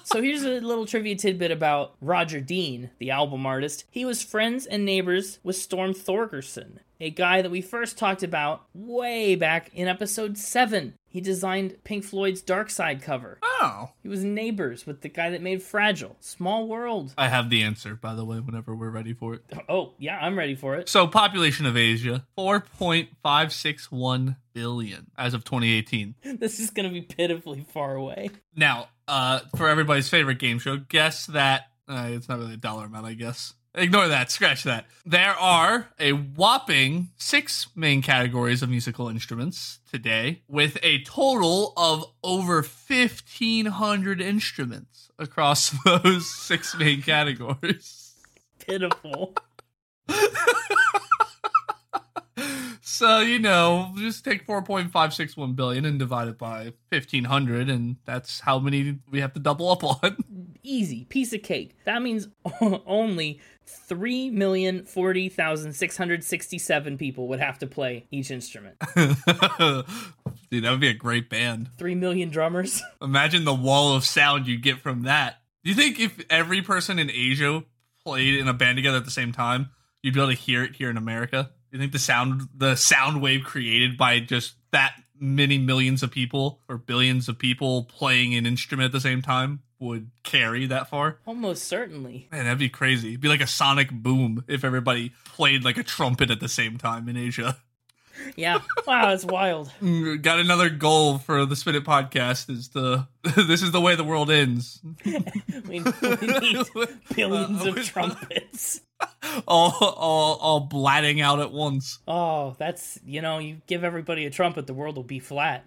[SPEAKER 1] so here's a little trivia tidbit about Roger Dean, the album artist. He was friends and neighbors with Storm Thorgerson, a guy that we first talked about way back in episode 7. He designed Pink Floyd's Dark Side cover.
[SPEAKER 2] Oh.
[SPEAKER 1] He was neighbors with the guy that made Fragile. Small world.
[SPEAKER 2] I have the answer, by the way, whenever we're ready for it.
[SPEAKER 1] Oh, yeah, I'm ready for it.
[SPEAKER 2] So, population of Asia 4.561 billion as of 2018.
[SPEAKER 1] This is going to be pitifully far away.
[SPEAKER 2] Now, uh, for everybody's favorite game show, guess that. Uh, it's not really a dollar amount, I guess. Ignore that. Scratch that. There are a whopping six main categories of musical instruments today, with a total of over 1,500 instruments across those six main categories.
[SPEAKER 1] Pitiful.
[SPEAKER 2] So, you know, just take 4.561 billion and divide it by 1,500, and that's how many we have to double up on.
[SPEAKER 1] Easy. Piece of cake. That means only 3,040,667 people would have to play each instrument.
[SPEAKER 2] Dude, that would be a great band.
[SPEAKER 1] 3 million drummers.
[SPEAKER 2] Imagine the wall of sound you get from that. Do you think if every person in Asia played in a band together at the same time, you'd be able to hear it here in America? Do you think the sound the sound wave created by just that many millions of people or billions of people playing an instrument at the same time would carry that far?
[SPEAKER 1] Almost certainly.
[SPEAKER 2] Man, that'd be crazy. It'd be like a sonic boom if everybody played like a trumpet at the same time in Asia.
[SPEAKER 1] Yeah. Wow, that's wild.
[SPEAKER 2] Mm, Got another goal for the Spin It podcast is the this is the way the world ends.
[SPEAKER 1] We, we need billions
[SPEAKER 2] Uh,
[SPEAKER 1] of trumpets.
[SPEAKER 2] all, all, all blatting out at once.
[SPEAKER 1] Oh, that's, you know, you give everybody a trumpet, the world will be flat.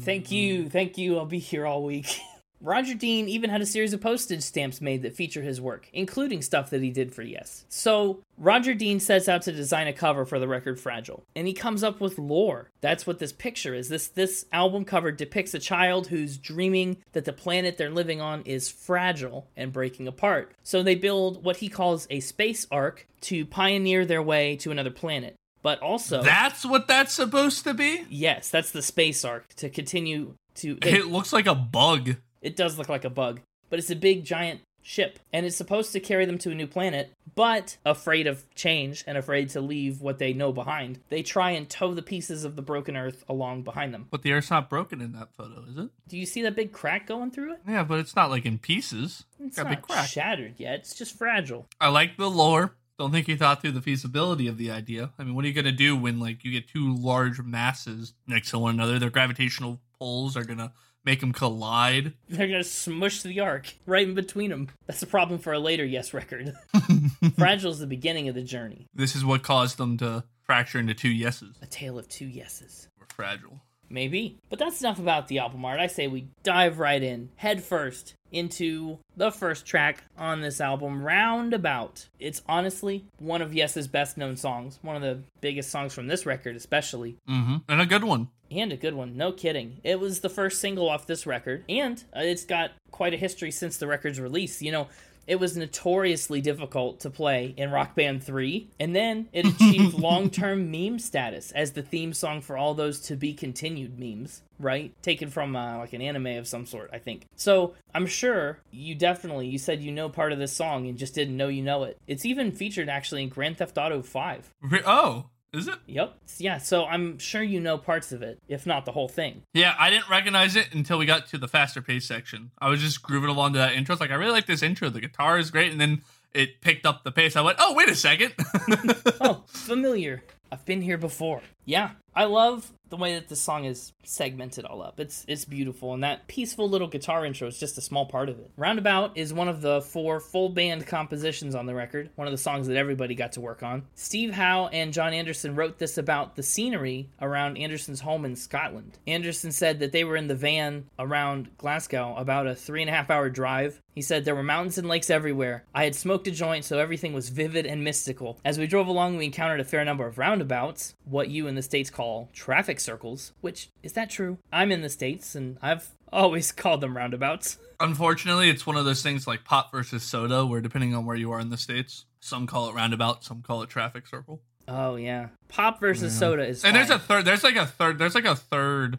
[SPEAKER 1] Thank you, thank you. I'll be here all week. Roger Dean even had a series of postage stamps made that feature his work, including stuff that he did for Yes. So, Roger Dean sets out to design a cover for the record Fragile, and he comes up with lore. That's what this picture is. This this album cover depicts a child who's dreaming that the planet they're living on is fragile and breaking apart. So they build what he calls a space ark to pioneer their way to another planet. But also
[SPEAKER 2] That's what that's supposed to be.
[SPEAKER 1] Yes, that's the space arc to continue to.
[SPEAKER 2] It
[SPEAKER 1] It,
[SPEAKER 2] looks like a bug.
[SPEAKER 1] it does look like a bug, but it's a big giant ship, and it's supposed to carry them to a new planet. But afraid of change and afraid to leave what they know behind, they try and tow the pieces of the broken Earth along behind them.
[SPEAKER 2] But the Earth's not broken in that photo, is it?
[SPEAKER 1] Do you see that big crack going through it?
[SPEAKER 2] Yeah, but it's not like in pieces.
[SPEAKER 1] It's
[SPEAKER 2] Got a big
[SPEAKER 1] not
[SPEAKER 2] crack.
[SPEAKER 1] shattered yet. It's just fragile.
[SPEAKER 2] I like the lore. Don't think he thought through the feasibility of the idea. I mean, what are you gonna do when like you get two large masses next to one another? Their gravitational poles are gonna make them collide.
[SPEAKER 1] They're gonna smush the arc right in between them. That's a problem for a later Yes record. fragile is the beginning of the journey.
[SPEAKER 2] This is what caused them to fracture into two yeses.
[SPEAKER 1] A tale of two yeses.
[SPEAKER 2] We're fragile.
[SPEAKER 1] Maybe. But that's enough about the album art. I say we dive right in, head first, into the first track on this album, Roundabout. It's honestly one of Yes's best known songs, one of the biggest songs from this record, especially,
[SPEAKER 2] Mm-hmm. And a good one.
[SPEAKER 1] and a good one, no kidding. It was the first single off this record, and uh, it's got quite a history since the record's release. You know, it was notoriously difficult to play in Rock Band 3, and then it achieved long term meme status as the theme song for all those to be continued memes, right? Taken from uh, like an anime of some sort, I think. So I'm sure you definitely, you said you know part of this song and just didn't know you know it. It's even featured actually in Grand Theft Auto 5.
[SPEAKER 2] Re- oh, is it?
[SPEAKER 1] Yep. Yeah, so I'm sure you know parts of it, if not the whole thing.
[SPEAKER 2] Yeah, I didn't recognize it until we got to the faster pace section. I was just grooving along to that intro. It's like I really like this intro. The guitar is great, and then it picked up the pace. I went, oh wait a second.
[SPEAKER 1] oh, familiar. I've been here before. Yeah, I love the way that the song is segmented all up. It's it's beautiful, and that peaceful little guitar intro is just a small part of it. Roundabout is one of the four full band compositions on the record, one of the songs that everybody got to work on. Steve Howe and John Anderson wrote this about the scenery around Anderson's home in Scotland. Anderson said that they were in the van around Glasgow, about a three and a half hour drive, he said, There were mountains and lakes everywhere. I had smoked a joint, so everything was vivid and mystical. As we drove along, we encountered a fair number of roundabouts, what you in the States call traffic circles, which, is that true? I'm in the States, and I've always called them roundabouts.
[SPEAKER 2] Unfortunately, it's one of those things like pop versus soda, where depending on where you are in the states, some call it roundabout, some call it traffic circle.
[SPEAKER 1] Oh, yeah. Pop versus soda is.
[SPEAKER 2] And there's a
[SPEAKER 1] fine.
[SPEAKER 2] third. There's like a third. There's like a third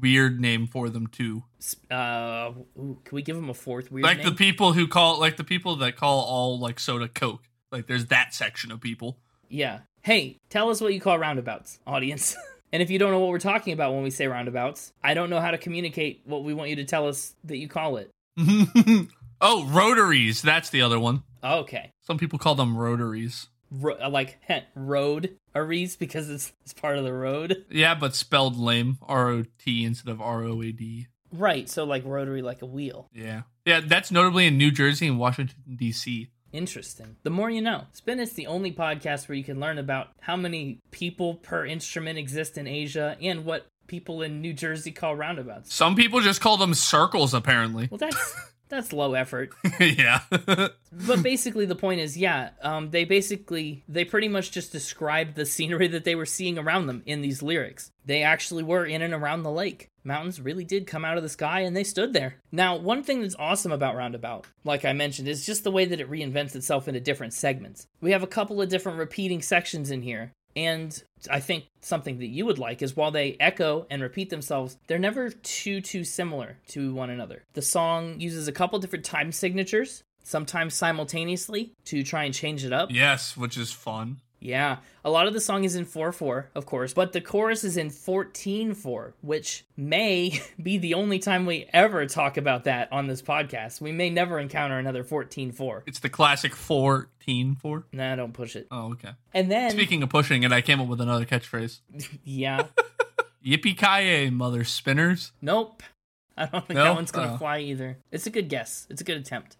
[SPEAKER 2] weird name for them too.
[SPEAKER 1] S- Uh, ooh, can we give them a fourth weird
[SPEAKER 2] Like
[SPEAKER 1] name?
[SPEAKER 2] the people who call, like the people that call all like soda Coke. Like there's that section of people.
[SPEAKER 1] Yeah. Hey, tell us what you call roundabouts, audience. and if you don't know what we're talking about when we say roundabouts, I don't know how to communicate what we want you to tell us that you call it.
[SPEAKER 2] oh, rotaries. That's the other one.
[SPEAKER 1] Okay.
[SPEAKER 2] Some people call them rotaries.
[SPEAKER 1] ro- uh, like heh, road aries because it's it's part of the road.
[SPEAKER 2] Yeah, but spelled lame. R O T instead of R O A D.
[SPEAKER 1] Right, so like rotary like a wheel.
[SPEAKER 2] Yeah. Yeah, that's notably in New Jersey and Washington, D.C.
[SPEAKER 1] Interesting. The more you know. Spin is the only podcast where you can learn about how many people per instrument exist in Asia and what people in New Jersey call roundabouts.
[SPEAKER 2] Some people just call them circles, apparently.
[SPEAKER 1] Well, that's that's low effort.
[SPEAKER 2] yeah.
[SPEAKER 1] but basically the point is yeah um, they basically they pretty much just described the scenery that they were seeing around them in these lyrics they actually were in and around the lake mountains really did come out of the sky and they stood there now one thing that's awesome about roundabout like i mentioned is just the way that it reinvents itself into different segments we have a couple of different repeating sections in here and I think something that you would like is while they echo and repeat themselves, they're never too too similar to one another. The song uses a couple different time signatures, sometimes simultaneously, to try and change it up.
[SPEAKER 2] yes, which is fun.
[SPEAKER 1] Yeah, a lot of the song is in 4 4, of course, but the chorus is in 14 4, which may be the only time we ever talk about that on this podcast. We may never encounter another 14 4.
[SPEAKER 2] It's the classic 14 4.
[SPEAKER 1] Nah, don't push it.
[SPEAKER 2] Oh, okay.
[SPEAKER 1] And then,
[SPEAKER 2] Speaking of pushing, and I came up with another catchphrase
[SPEAKER 1] yeah,
[SPEAKER 2] Yippee ki mother spinners.
[SPEAKER 1] Nope. I don't think
[SPEAKER 2] No?
[SPEAKER 1] that one's going to
[SPEAKER 2] Oh.
[SPEAKER 1] fly either. It's a good guess. It's a good attempt.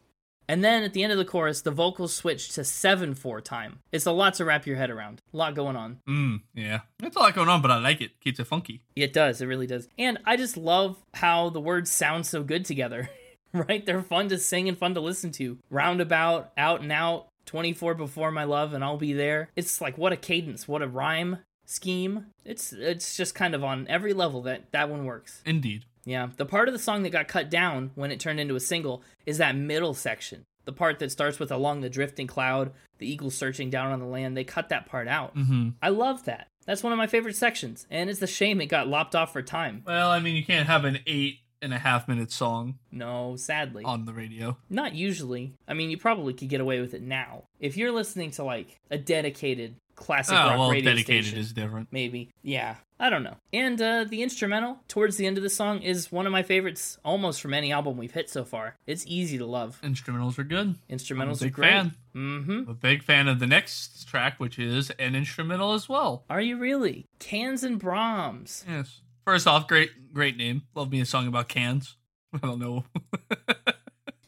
[SPEAKER 1] And then at the end of the chorus, the vocals switch to 7 4 time. It's a lot to wrap your head around. A lot going on.
[SPEAKER 2] Mm, yeah. That's a lot going on, but I like it. Keeps it funky.
[SPEAKER 1] It does. It really does. And I just love how the words sound so good together, right? They're fun to sing and fun to listen to. Roundabout, out and out, 24 before my love, and I'll be there. It's like, what a cadence, what a rhyme scheme. It's it's just kind of on every level that that one works.
[SPEAKER 2] Indeed.
[SPEAKER 1] Yeah, the part of the song that got cut down when it turned into a single is that middle section. The part that starts with along the drifting cloud, the eagles searching down on the land, they cut that part out.
[SPEAKER 2] hmm
[SPEAKER 1] I love that. That's one of my favorite sections, and it's a shame it got lopped off for time.
[SPEAKER 2] Well, I mean, you can't have an eight and a half minute song
[SPEAKER 1] No, sadly.
[SPEAKER 2] on the radio.
[SPEAKER 1] Not usually. I mean, you probably could get away with it now. If you're listening to like a dedicated classic
[SPEAKER 2] oh,
[SPEAKER 1] rock
[SPEAKER 2] well,
[SPEAKER 1] radio
[SPEAKER 2] dedicated
[SPEAKER 1] station,
[SPEAKER 2] is different.
[SPEAKER 1] maybe. Yeah, I don't know. And uh, the instrumental towards the end of the song is one of my favorites almost from any album we've hit so far. It's easy to love.
[SPEAKER 2] Instrumentals are good. I'm a
[SPEAKER 1] Instrumentals are
[SPEAKER 2] big
[SPEAKER 1] great.
[SPEAKER 2] fan.
[SPEAKER 1] Mm-hmm.
[SPEAKER 2] I'm a big fan of the next track, which is an instrumental as well.
[SPEAKER 1] Are you really? Cans and Brahms.
[SPEAKER 2] Yes. First off, great, great name. Love me a song about cans. I don't know.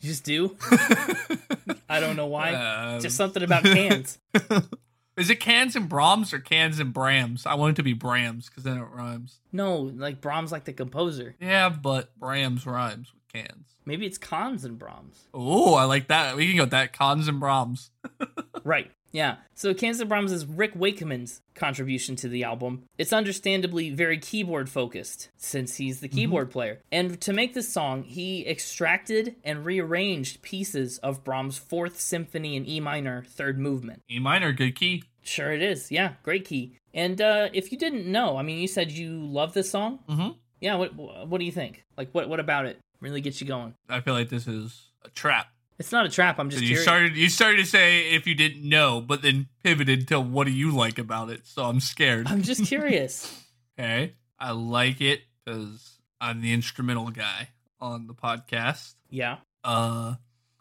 [SPEAKER 1] You just do? I don't know why.
[SPEAKER 2] Um,
[SPEAKER 1] just something about cans.
[SPEAKER 2] Is it Cans and Brahms or Cans and Brams? I want it to be Brams because then it rhymes.
[SPEAKER 1] No, like Brahms, like the composer.
[SPEAKER 2] Yeah, but Brams rhymes with cans.
[SPEAKER 1] Maybe it's Cons and Brahms.
[SPEAKER 2] Oh, I like that. We can go with that. Cons and Brahms.
[SPEAKER 1] Right. Yeah. So Cans and Brahms is Rick Wakeman's contribution to the album. It's understandably very keyboard focused since he's the keyboard player. And to make this song, he extracted and rearranged pieces of Brahms' Fourth Symphony in E minor, third movement.
[SPEAKER 2] E minor, good key.
[SPEAKER 1] Sure, it is. Yeah, great key. And uh, if you didn't know, I mean, you said you love this song.
[SPEAKER 2] Mhm.
[SPEAKER 1] Yeah. What What do you think? Like, what What about it really gets you going?
[SPEAKER 2] I feel like this is a trap.
[SPEAKER 1] It's not a trap. I'm just
[SPEAKER 2] you
[SPEAKER 1] curious.
[SPEAKER 2] started you started to say if you didn't know, but then pivoted to what do you like about it? So I'm scared.
[SPEAKER 1] I'm just curious.
[SPEAKER 2] Okay. I like it because I'm the instrumental guy on the podcast.
[SPEAKER 1] yeah.
[SPEAKER 2] Uh,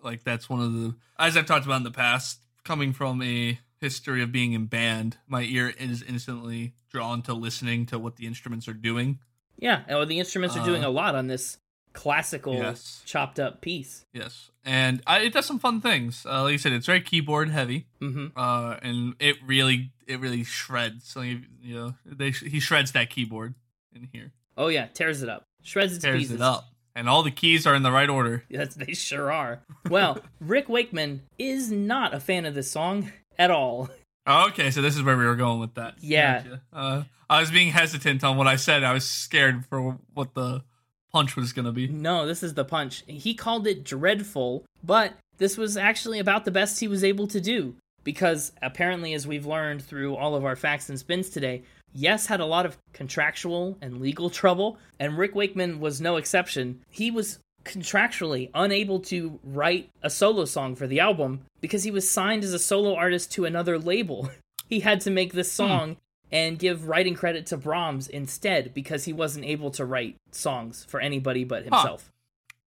[SPEAKER 2] like that's one of the as I've talked about in the past, coming from a history of being in band, my ear is instantly drawn to listening to what the instruments are doing.
[SPEAKER 1] Yeah. Oh, the instruments are doing
[SPEAKER 2] Uh,
[SPEAKER 1] a lot on this classical
[SPEAKER 2] yes.
[SPEAKER 1] chopped up piece.
[SPEAKER 2] Yes, and I, it does some fun things. Uh, like you said, it's very keyboard heavy,
[SPEAKER 1] hmm
[SPEAKER 2] uh, and it really it really shreds. So you, you know, they he shreds that keyboard in here,
[SPEAKER 1] Oh yeah, tears it up, shreds its
[SPEAKER 2] tears
[SPEAKER 1] pieces.
[SPEAKER 2] it up, and all the keys are in the right order.
[SPEAKER 1] Yes, they sure are. Well, Rick Wakeman is not a fan of this song at all.
[SPEAKER 2] Oh, Okay, so this is where we were going with that.
[SPEAKER 1] Yeah.
[SPEAKER 2] Gotcha. Uh, I was being hesitant on what I said. I was scared for what the punch was going to be.
[SPEAKER 1] No, this is the punch. He called it dreadful, but this was actually about the best he was able to do. Because apparently, as we've learned through all of our facts and spins today, Yes had a lot of contractual and legal trouble, and Rick Wakeman was no exception. He was contractually unable to write a solo song for the album because he was signed as a solo artist to another label. he had to make this song and give writing credit to Brahms instead because he wasn't able to write songs for anybody but himself.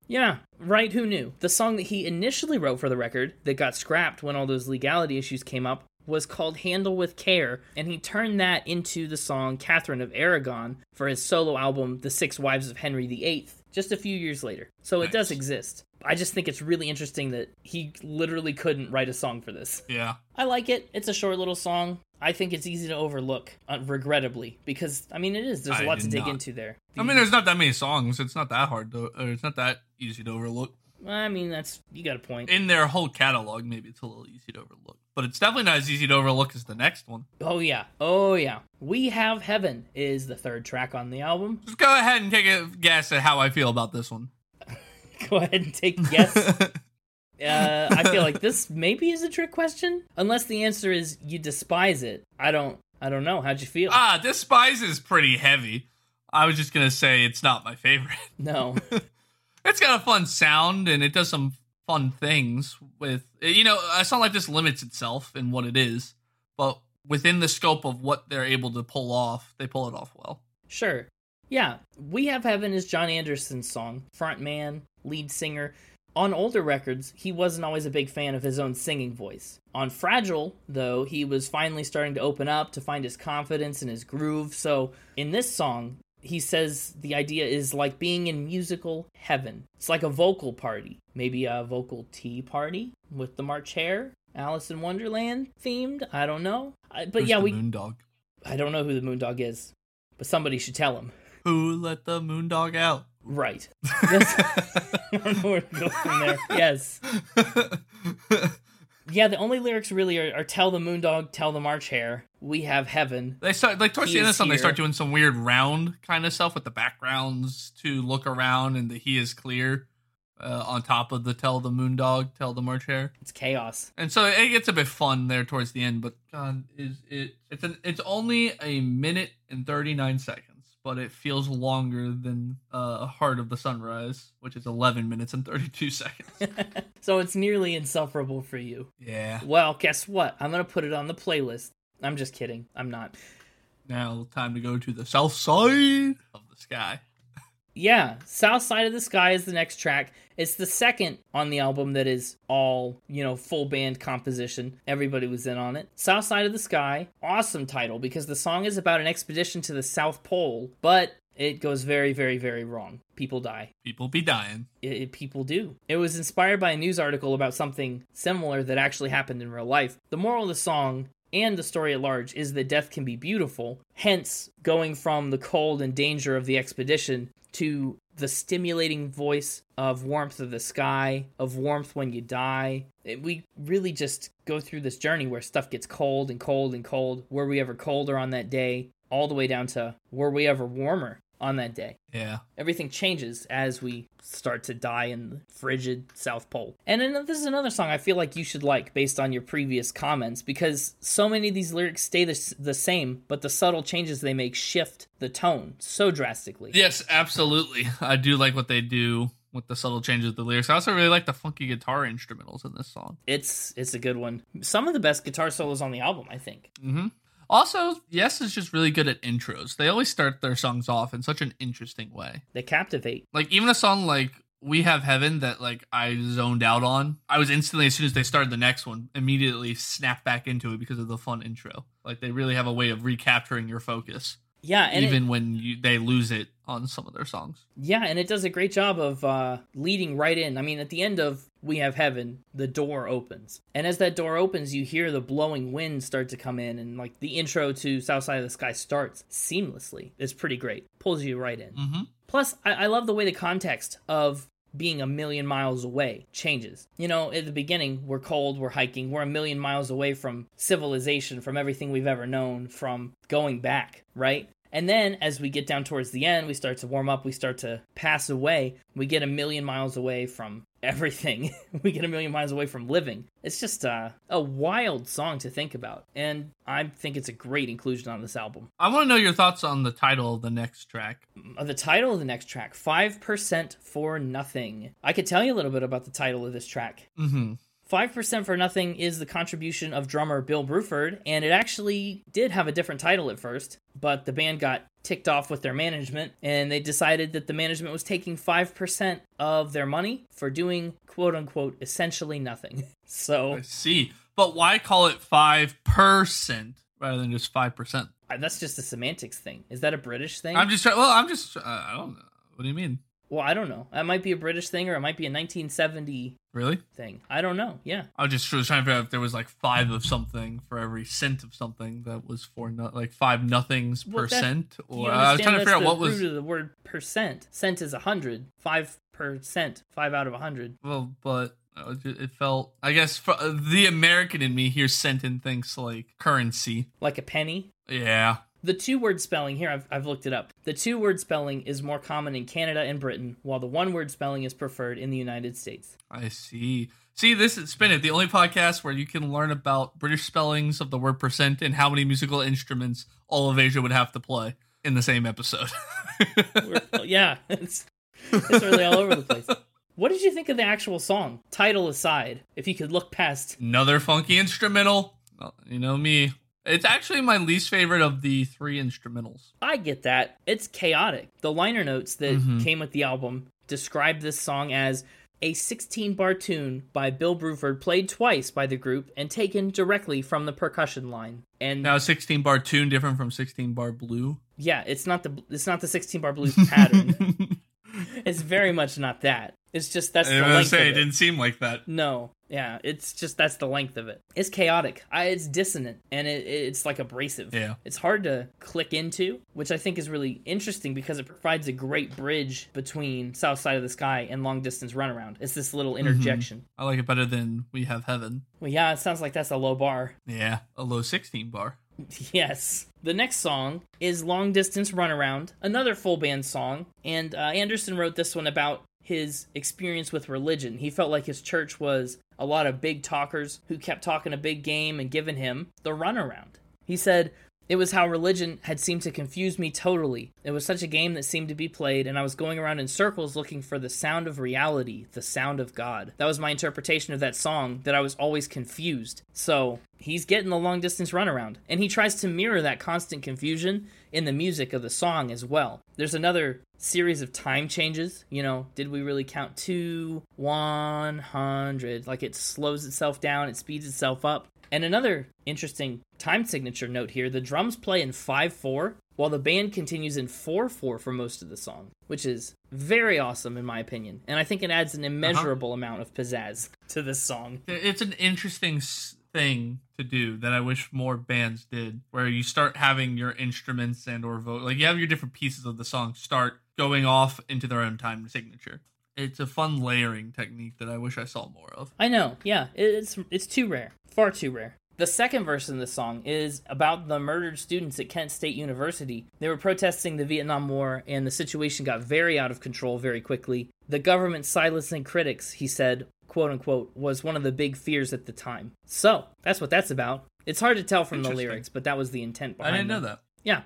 [SPEAKER 1] Yeah, right, who knew? The song that he initially wrote for the record that got scrapped when all those legality issues came up was called Handle with Care, and he turned that into the song Catherine of Aragon for his solo album The Six Wives of Henry VIII just a few years later. So it does
[SPEAKER 2] Nice.
[SPEAKER 1] exist. I just think it's really interesting that he literally couldn't write a song for this.
[SPEAKER 2] Yeah.
[SPEAKER 1] I like it. It's a short little song. I think it's easy to overlook, uh, regrettably, because I mean it is. There's a
[SPEAKER 2] I
[SPEAKER 1] lot to
[SPEAKER 2] did
[SPEAKER 1] dig
[SPEAKER 2] not.
[SPEAKER 1] into there.
[SPEAKER 2] I mean, there's not that many songs. It's not that hard, though. Or it's not that easy to overlook.
[SPEAKER 1] I mean that's you got a point.
[SPEAKER 2] In their whole catalog, maybe it's a little easy to overlook. But it's definitely not as easy to overlook as the next one.
[SPEAKER 1] oh yeah, oh yeah. We have heaven is the third track on the album.
[SPEAKER 2] Just go ahead and take a guess at how I feel about this one.
[SPEAKER 1] Go ahead and take a guess. uh, I feel like this maybe is a trick question, unless the answer is you despise it. I don't. I don't know. How'd you feel?
[SPEAKER 2] ah, Despise is pretty heavy. I was just going to say it's not my favorite.
[SPEAKER 1] no.
[SPEAKER 2] It's got a fun sound and it does some fun things with you know, a song like this limits itself in what it is, but within the scope of what they're able to pull off, they pull it off well.
[SPEAKER 1] Sure. Yeah, We Have Heaven is John Anderson's song, frontman, lead singer. On older records, he wasn't always a big fan of his own singing voice. On Fragile, though, he was finally starting to open up to find his confidence and his groove. So in this song, he says the idea is like being in musical heaven. It's like a vocal party, maybe a vocal tea party with the March Hare, Alice in Wonderland themed. I don't know. I, but
[SPEAKER 2] Who's
[SPEAKER 1] yeah,
[SPEAKER 2] the
[SPEAKER 1] we
[SPEAKER 2] Moondog.
[SPEAKER 1] I don't know who the Moondog is, but somebody should tell him.
[SPEAKER 2] Who let the Moondog out?
[SPEAKER 1] Right. Yes. I don't know where to go from there. Yes. Yeah, the only lyrics really are, are tell the moondog, tell the march hare, we have heaven.
[SPEAKER 2] they start like towards
[SPEAKER 1] He
[SPEAKER 2] the end of the
[SPEAKER 1] is
[SPEAKER 2] song they
[SPEAKER 1] here.
[SPEAKER 2] start doing some weird round kind of stuff with the backgrounds to look around and the he is clear uh, on top of the tell the moondog, tell the march hare.
[SPEAKER 1] It's chaos.
[SPEAKER 2] And so it gets a bit fun there towards the end, but God, is it? It's an, it's only a minute and thirty nine seconds, but it feels longer than uh, Heart of the Sunrise, which is eleven minutes and thirty two seconds.
[SPEAKER 1] so it's nearly insufferable for you.
[SPEAKER 2] yeah.
[SPEAKER 1] Well, guess what? I'm going to put it on the playlist. I'm just kidding. I'm not.
[SPEAKER 2] Now time to go to the south side of the sky.
[SPEAKER 1] Yeah, South Side of the Sky is the next track. It's the second on the album that is all, you know, full band composition. Everybody was in on it. South Side of the Sky, awesome title because the song is about an expedition to the South Pole, but it goes very, very, very wrong. People die.
[SPEAKER 2] People be dying.
[SPEAKER 1] It, it- people do. It was inspired by a news article about something similar that actually happened in real life. The moral of the song and the story at large is that death can be beautiful, hence going from the cold and danger of the expedition to the stimulating voice of warmth of the sky, of warmth when you die. It- we really just go through this journey where stuff gets cold and cold and cold. Were we ever colder on that day? All the way down to were we ever warmer on that day?
[SPEAKER 2] Yeah.
[SPEAKER 1] everything changes as we start to die in the frigid South Pole. And then this is another song I feel like you should like based on your previous comments because so many of these lyrics stay the, s- the same, but the subtle changes they make shift the tone so drastically.
[SPEAKER 2] Yes, absolutely. I do like what they do with the subtle changes of the lyrics. I also really like the funky guitar instrumentals in this song.
[SPEAKER 1] It's it's a good one. Some of the best guitar solos on the album, I think.
[SPEAKER 2] hmm Also, Yes is just really good at intros. They always start their songs off in such an interesting way.
[SPEAKER 1] They captivate.
[SPEAKER 2] Like even a song like "We Have Heaven" that like I zoned out on. I was instantly as soon as they started the next one, immediately snapped back into it because of the fun intro. Like they really have a way of recapturing your focus,
[SPEAKER 1] Yeah, and it-
[SPEAKER 2] even when you, they lose it on some of their songs.
[SPEAKER 1] Yeah, and it does a great job of uh, leading right in. I mean, at the end of We Have Heaven, the door opens. And as that door opens, you hear the blowing wind start to come in, and like the intro to South Side of the Sky starts seamlessly. It's pretty great. Pulls you right in.
[SPEAKER 2] Mm-hmm.
[SPEAKER 1] Plus, I, I love the way the context of being a million miles away changes. You know, at the beginning, we're cold, we're hiking, we're a million miles away from civilization, from everything we've ever known, from going back, right? And then as we get down towards the end, we start to warm up, we start to pass away, we get a million miles away from everything. we get a million miles away from living. It's just uh, a wild song to think about. And I think it's a great inclusion on this album.
[SPEAKER 2] I want to know your thoughts on the title of the next track.
[SPEAKER 1] Uh, the title of the next track 5% for nothing i could tell you a little bit about the title of this track
[SPEAKER 2] Mm-hmm.
[SPEAKER 1] 5% for nothing is the contribution of drummer bill bruford and it actually did have a different title at first but the band got ticked off with their management and they decided that the management was taking 5% of their money for doing quote unquote essentially nothing so
[SPEAKER 2] I see. But why call it five percent rather than just five percent?
[SPEAKER 1] uh, that's just a semantics thing is that a british thing
[SPEAKER 2] I'm just trying. Well, I'm just. Uh, I don't know. What do you mean?
[SPEAKER 1] well i don't know that might be a british thing or it might be a 1970
[SPEAKER 2] Really?
[SPEAKER 1] thing i don't know yeah
[SPEAKER 2] I was just was trying to figure out if there was like five of something for every cent of something that was for no, like five nothings
[SPEAKER 1] Well,
[SPEAKER 2] per
[SPEAKER 1] that-
[SPEAKER 2] cent.
[SPEAKER 1] You
[SPEAKER 2] Or I was
[SPEAKER 1] understand
[SPEAKER 2] trying to
[SPEAKER 1] that's
[SPEAKER 2] figure out
[SPEAKER 1] the
[SPEAKER 2] what was.
[SPEAKER 1] root of the word percent. Cent is a hundred. Five percent. Five out of a hundred.
[SPEAKER 2] well, but I was ju- it felt. I guess for, uh, the American in me hears cent and thinks like currency.
[SPEAKER 1] Like a penny.
[SPEAKER 2] Yeah.
[SPEAKER 1] The two word spelling here, I've, I've looked it up. The two word spelling is more common in Canada and Britain, while the one word spelling is preferred in the United States.
[SPEAKER 2] I see. See, this is Spin It, the only podcast where you can learn about British spellings of the word percent and how many musical instruments all of Asia would have to play in the same episode.
[SPEAKER 1] We're- yeah, it's, it's really all over the place. What did you think of the actual song? Title aside, if you could look past.
[SPEAKER 2] Another funky instrumental. Well, you know me. It's actually my least favorite of the three instrumentals.
[SPEAKER 1] I get that. It's chaotic. The liner notes that
[SPEAKER 2] Mhm.
[SPEAKER 1] came with the album describe this song as a 16 bar tune by Bill Bruford, played twice by the group and taken directly from the percussion line. And
[SPEAKER 2] Now, 16 bar tune different from 16 bar blue.
[SPEAKER 1] yeah, it's not the it's not the 16 bar blues pattern. it's very much not that. It's just that's the length of it.
[SPEAKER 2] seem like that.
[SPEAKER 1] No, yeah, it's just that's the length of it. It's chaotic. I, it's dissonant, and it, it's like abrasive.
[SPEAKER 2] Yeah.
[SPEAKER 1] It's hard to click into, which I think is really interesting because it provides a great bridge between South Side of the Sky and Long Distance Runaround. It's this little interjection.
[SPEAKER 2] I like it better than We Have Heaven.
[SPEAKER 1] Well, yeah, it sounds like that's a low bar.
[SPEAKER 2] Yeah, a low 16 bar.
[SPEAKER 1] Yes. The next song is Long Distance Runaround, another full band song. And uh, Anderson wrote this one about his experience with religion. He felt like his church was a lot of big talkers who kept talking a big game and giving him the runaround. He said, It was how religion had seemed to confuse me totally. It was such a game that seemed to be played, and I was going around in circles looking for the sound of reality, the sound of God. That was my interpretation of that song, that I was always confused. So he's getting the long distance runaround, and he tries to mirror that constant confusion in the music of the song as well. There's another series of time changes. You know, did we really count to 100? Like it slows itself down, it speeds itself up. And another interesting time signature note here the drums play in 5 4, while the band continues in 4 4 for most of the song, which is very awesome in my opinion. And I think it adds an immeasurable amount of pizzazz to this song.
[SPEAKER 2] It's an interesting s- thing to do that I wish more bands did, where you start having your instruments and or vote, like you have your different pieces of the song start going off into their own time signature. It's a fun layering technique that I wish I saw more of.
[SPEAKER 1] I know. Yeah, it- it's it's too rare, far too rare. The second verse in this song is about the murdered students at Kent State University. They were protesting the Vietnam War, and the situation got very out of control very quickly. The government silencing critics, he said, quote unquote, was one of the big fears at the time. So that's what that's about. It's hard to tell from the
[SPEAKER 2] Interesting.
[SPEAKER 1] lyrics, but that was the intent
[SPEAKER 2] I
[SPEAKER 1] behind.
[SPEAKER 2] didn't know
[SPEAKER 1] them.
[SPEAKER 2] that.
[SPEAKER 1] Yeah,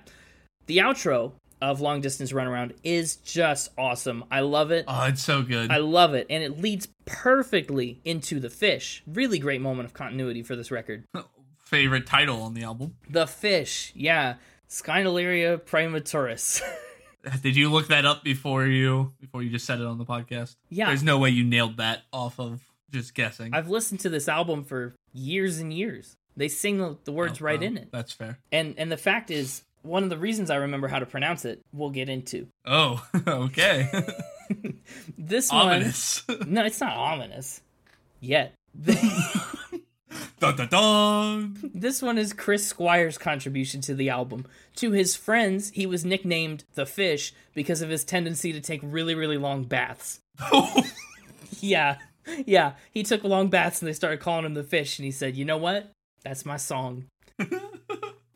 [SPEAKER 1] the outro of Long Distance Runaround is just awesome. I love it.
[SPEAKER 2] Oh, it's so good.
[SPEAKER 1] I love it, and it leads perfectly into the fish. Really great moment of continuity for this record.
[SPEAKER 2] Favorite title on the album.
[SPEAKER 1] The fish, yeah, Skynalyria primatoris.
[SPEAKER 2] Did you look that up before you before you just said it on the podcast?
[SPEAKER 1] Yeah.
[SPEAKER 2] There's no way you nailed that off of just guessing.
[SPEAKER 1] I've listened to this album for years and years. They sing the, the words right
[SPEAKER 2] Oh,
[SPEAKER 1] in it,
[SPEAKER 2] That's fair.
[SPEAKER 1] and and the fact is, one of the reasons I remember how to pronounce it, we'll get into
[SPEAKER 2] Oh, okay.
[SPEAKER 1] this
[SPEAKER 2] Ominous.
[SPEAKER 1] one. No, it's not ominous yet.
[SPEAKER 2] dun, dun, dun.
[SPEAKER 1] This one is Chris Squire's contribution to the album. To his friends, he was nicknamed The Fish because of his tendency to take really, really long baths. Yeah, yeah. He took long baths and they started calling him The Fish, and he said, You know what? That's my song.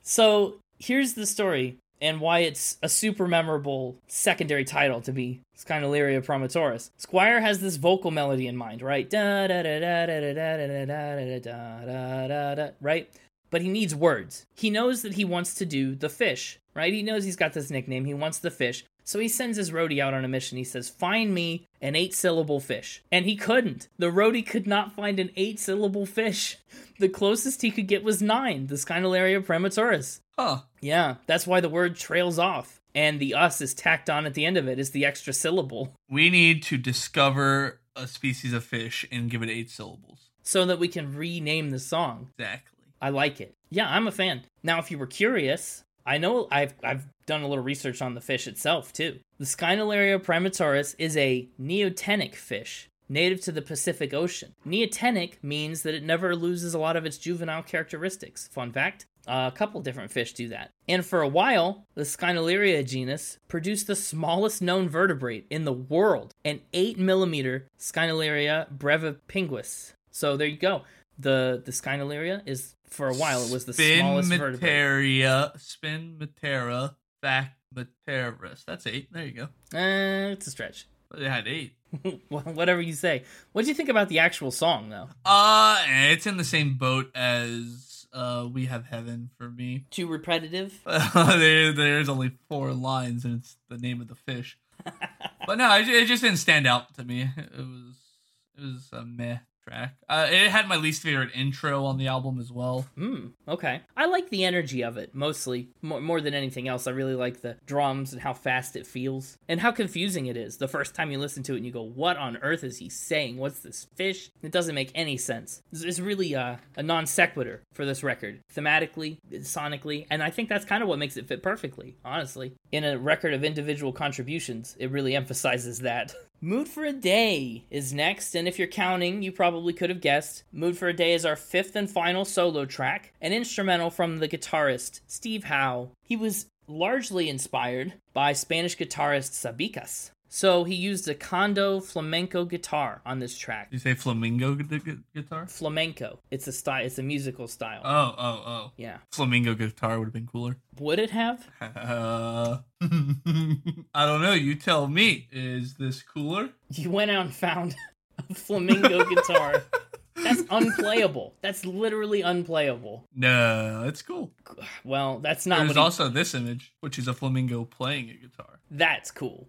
[SPEAKER 1] so here's the story and why it's a super memorable secondary title to be Skynalyria Promotoris. Squire has this vocal melody in mind, right? Da da da da da da da da da da da da da da da right? But he needs words. He knows that he wants to do the fish, right? He knows he's got this nickname. He wants the fish. So he sends his roadie out on a mission. He says, Find me an eight syllable fish. And he couldn't. The roadie could not find an eight syllable fish. The closest he could get was nine, the Scynallaria prematoris.
[SPEAKER 2] huh.
[SPEAKER 1] Yeah, that's why the word trails off, and the us is tacked on at the end of it, is the extra syllable,
[SPEAKER 2] We need to discover a species of fish and give it eight syllables.
[SPEAKER 1] so that we can rename the song.
[SPEAKER 2] Exactly.
[SPEAKER 1] I like it. Yeah, I'm a fan. Now, if you were curious, I know I've I've done a little research on the fish itself too. The Scynallaria primatoris is a neotenic fish native to the Pacific Ocean. Neotenic means that it never loses a lot of its juvenile characteristics. Fun fact. Uh, a couple different fish do that. And for a while, the Scynallaria genus produced the smallest known vertebrate in the world, an 8 millimeter Scynallaria brevipinguis. So there you go. The the Scynallaria is for a while it was the smallest vertebrate.
[SPEAKER 2] Spinmatera. Spinmatera. Factmateris. That's eight. There you go.
[SPEAKER 1] Uh, it's a stretch.
[SPEAKER 2] But it had eight.
[SPEAKER 1] Well, Whatever you say. What do you think about the actual song though?
[SPEAKER 2] Uh, it's in the same boat as uh, We Have Heaven for me.
[SPEAKER 1] Too repetitive.
[SPEAKER 2] there, there's only four lines, and it's the name of the fish. but no, it, ju- it just didn't stand out to me. It was it was a meh track. Uh, it had my least favorite intro on the album as well.
[SPEAKER 1] Hmm. Okay. I like the energy of it mostly, more, more than anything else. I really like the drums and how fast it feels and how confusing it is. The first time you listen to it and you go, "What on earth is he saying? What's this fish?" It doesn't make any sense. It's, it's really uh, a non sequitur for this record, thematically, sonically, and I think that's kind of what makes it fit perfectly, honestly. In a record of individual contributions, it really emphasizes that. Mood for a Day is next, and if you're counting, you probably could have guessed. Mood for a Day is our fifth and final solo track, an instrumental from the guitarist Steve Howe. He was largely inspired by Spanish guitarist Sabicas, so he used a condo flamenco guitar on this track.
[SPEAKER 2] Did you say flamingo gu- gu- guitar?
[SPEAKER 1] Flamenco, it's a style, it's a musical style.
[SPEAKER 2] Oh, oh, oh.
[SPEAKER 1] yeah.
[SPEAKER 2] Flamingo guitar would have been cooler.
[SPEAKER 1] Would it have?
[SPEAKER 2] Uh, I don't know. You tell me. Is this cooler?
[SPEAKER 1] You went out and found a flamingo guitar. That's unplayable. That's literally unplayable.
[SPEAKER 2] No, it's cool.
[SPEAKER 1] Well, that's not
[SPEAKER 2] There's
[SPEAKER 1] what he
[SPEAKER 2] also this image, which is a flamingo playing a guitar.
[SPEAKER 1] That's cool.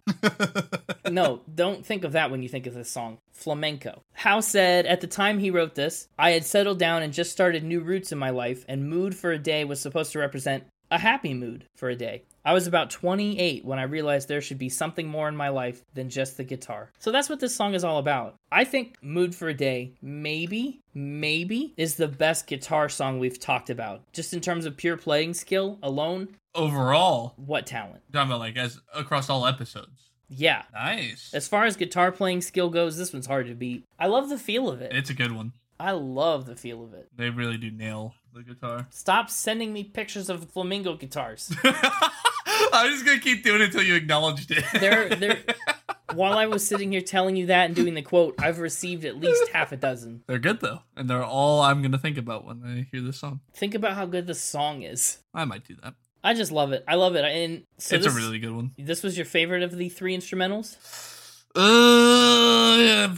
[SPEAKER 1] no, don't think of that when you think of this song, Flamenco. Howe said, At the time he wrote this, I had settled down and just started new roots in my life, and Mood for a Day was supposed to represent a happy mood for a day. I was about 28 when I realized there should be something more in my life than just the guitar. So that's what this song is all about. I think Mood for a Day, maybe, maybe, is the best guitar song we've talked about. Just in terms of pure playing skill alone,
[SPEAKER 2] Overall,
[SPEAKER 1] what talent?
[SPEAKER 2] talking about like as across all episodes.
[SPEAKER 1] Yeah.
[SPEAKER 2] Nice.
[SPEAKER 1] As far as guitar playing skill goes, this one's hard to beat. I love the feel of it.
[SPEAKER 2] It's a good one.
[SPEAKER 1] I love the feel of it.
[SPEAKER 2] They really do nail the guitar.
[SPEAKER 1] Stop sending me pictures of flamingo guitars.
[SPEAKER 2] I'm just gonna keep doing it until you acknowledged it.
[SPEAKER 1] They're- they're- While I was sitting here telling you that and doing the quote, I've received at least half a dozen.
[SPEAKER 2] They're good though, and they're all I'm gonna think about when I hear this song.
[SPEAKER 1] Think about how good this song is.
[SPEAKER 2] I might do that.
[SPEAKER 1] I just love it. I love it. And so
[SPEAKER 2] it's
[SPEAKER 1] this,
[SPEAKER 2] a really good one.
[SPEAKER 1] this was your favorite of the three instrumentals?
[SPEAKER 2] Uh, yeah,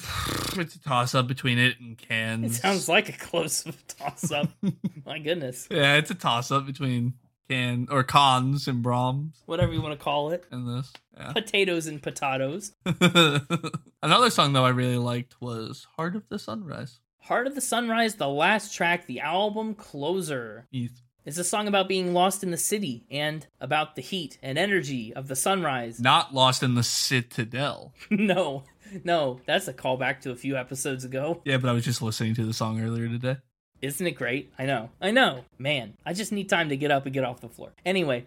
[SPEAKER 2] it's a toss up between it and
[SPEAKER 1] It
[SPEAKER 2] cans.
[SPEAKER 1] sounds like a close toss up. My goodness.
[SPEAKER 2] yeah, it's a toss up between can or cons and Brahms
[SPEAKER 1] Whatever you want to call it.
[SPEAKER 2] and this. Yeah.
[SPEAKER 1] Potatoes and potatoes.
[SPEAKER 2] Another song though I really liked was Heart of the Sunrise.
[SPEAKER 1] Heart of the Sunrise, the last track, the album closer.
[SPEAKER 2] Heath.
[SPEAKER 1] It's a song about being lost in the city and about the heat and energy of the sunrise.
[SPEAKER 2] Not lost in the Citadel.
[SPEAKER 1] no, no, that's a callback to a few episodes ago.
[SPEAKER 2] Yeah, but I was just listening to the song earlier today.
[SPEAKER 1] Isn't it great? I know. I know. Man, I just need time to get up and get off the floor. Anyway,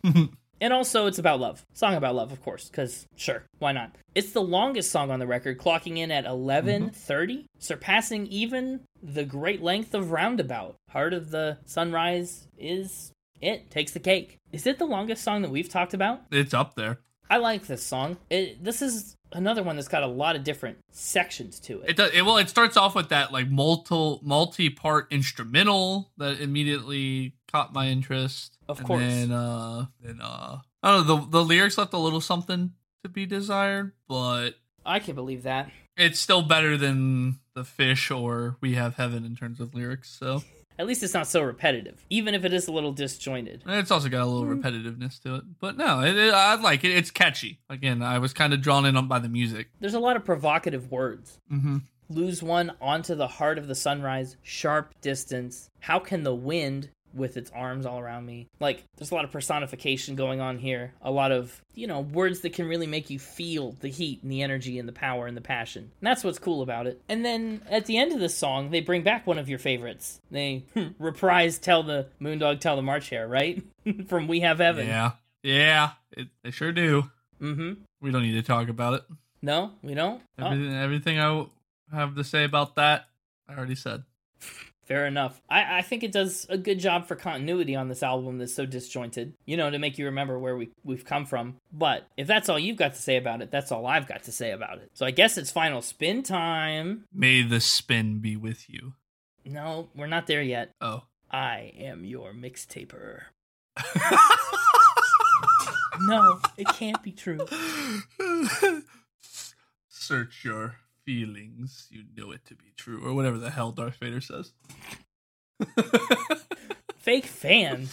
[SPEAKER 1] and also it's about love. Song about love, of course, cuz sure, why not? It's the longest song on the record, clocking in at 11:30, surpassing even the great length of Roundabout. Heart of the Sunrise is it takes the cake. Is it the longest song that we've talked about?
[SPEAKER 2] It's up there.
[SPEAKER 1] I like this song. It, this is another one that's got a lot of different sections to it.
[SPEAKER 2] It does. It, well, it starts off with that like multi multi part instrumental that immediately caught my interest.
[SPEAKER 1] Of
[SPEAKER 2] and
[SPEAKER 1] course.
[SPEAKER 2] Then uh, then uh, I don't know. The the lyrics left a little something to be desired, but
[SPEAKER 1] I can believe that.
[SPEAKER 2] it's still better than the fish or we have heaven in terms of lyrics. So
[SPEAKER 1] At least it's not so repetitive, even if it is a little disjointed.
[SPEAKER 2] And it's also got a little
[SPEAKER 1] Mm.
[SPEAKER 2] repetitiveness to it. But no, it, it, I like it. It's catchy. Again, I was kind of drawn in on by the music.
[SPEAKER 1] There's a lot of provocative words.
[SPEAKER 2] Mm-hmm.
[SPEAKER 1] Lose one onto the heart of the sunrise, sharp distance. How can the wind with its arms all around me? Like, there's a lot of personification going on here. A lot of, you know, words that can really make you feel the heat and the energy and the power and the passion. And that's what's cool about it. And then at the end of this song, they bring back one of your favorites. They hmm, reprise Tell the Moondog, Tell the March Hare, right? From We Have Heaven.
[SPEAKER 2] Yeah, yeah, it, they sure do.
[SPEAKER 1] Mm hmm.
[SPEAKER 2] We don't need to talk about it.
[SPEAKER 1] No, we don't? Oh.
[SPEAKER 2] Everything, everything I w- have to say about that, I already said.
[SPEAKER 1] Fair enough. I, I think it does a good job for continuity on this album that's so disjointed, you know, to make you remember where we, we've come from. But if that's all you've got to say about it, that's all I've got to say about it. So I guess it's final spin time.
[SPEAKER 2] May the spin be with you.
[SPEAKER 1] No, we're not there yet.
[SPEAKER 2] Oh.
[SPEAKER 1] I am your mixtaper. No, it can't be true.
[SPEAKER 2] Search your feelings. You know it to be true, or whatever the hell Darth Vader says.
[SPEAKER 1] Fake fan.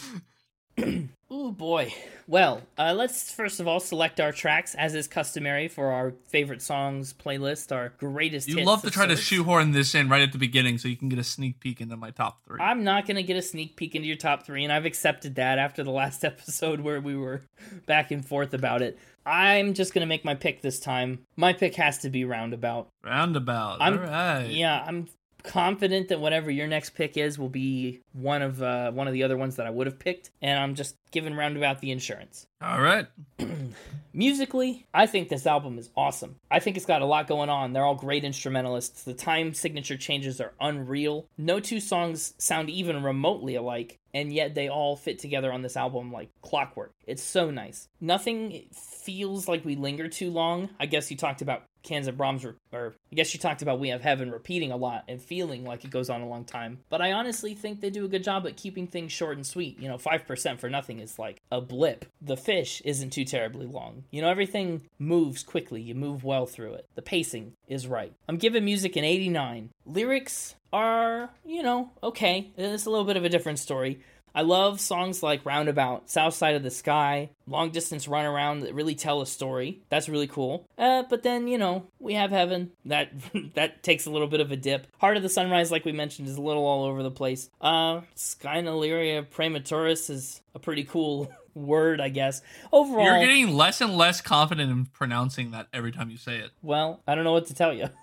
[SPEAKER 1] Ooh boy. Well, uh, let's first of all select our tracks as is customary for our favorite songs playlist, our greatest.
[SPEAKER 2] You
[SPEAKER 1] hits
[SPEAKER 2] love to
[SPEAKER 1] of
[SPEAKER 2] try to
[SPEAKER 1] sorts.
[SPEAKER 2] shoehorn this in right at the beginning so you can get a sneak peek into my top three.
[SPEAKER 1] I'm not going to get a sneak peek into your top three, and I've accepted that after the last episode where we were back and forth about it. I'm just going to make my pick this time. My pick has to be Roundabout.
[SPEAKER 2] Roundabout.
[SPEAKER 1] I'm-
[SPEAKER 2] All right.
[SPEAKER 1] Yeah, I'm confident that whatever your next pick is will be one of uh, one of the other ones that I would have picked, and I'm just giving Roundabout the insurance.
[SPEAKER 2] All right.
[SPEAKER 1] Musically, I think this album is awesome. I think it's got a lot going on. They're all great instrumentalists. The time signature changes are unreal. No two songs sound even remotely alike, and yet they all fit together on this album like clockwork. It's so nice. Nothing feels like we linger too long. I guess you talked about Cans and Brahms, re- or I guess you talked about We Have Heaven repeating a lot and feeling like it goes on a long time. But I honestly think they do a good job at keeping things short and sweet. You know, 5% for nothing is like a blip. The fish isn't too terribly long. You know, everything moves quickly, you move well through it. The pacing is right. I'm giving music an 89. Lyrics are, you know, okay. It's a little bit of a different story. I love songs like Roundabout, South Side of the Sky, Long Distance Runaround that really tell a story. That's really cool. Uh, but then, you know, we have Heaven. That that takes a little bit of a dip. Heart of the Sunrise, like we mentioned, is a little all over the place. Uh, Skynalyria Prematuris is a pretty cool word, I guess. Overall,
[SPEAKER 2] You're getting less and less confident in pronouncing that every time you say it.
[SPEAKER 1] well, I don't know what to tell you.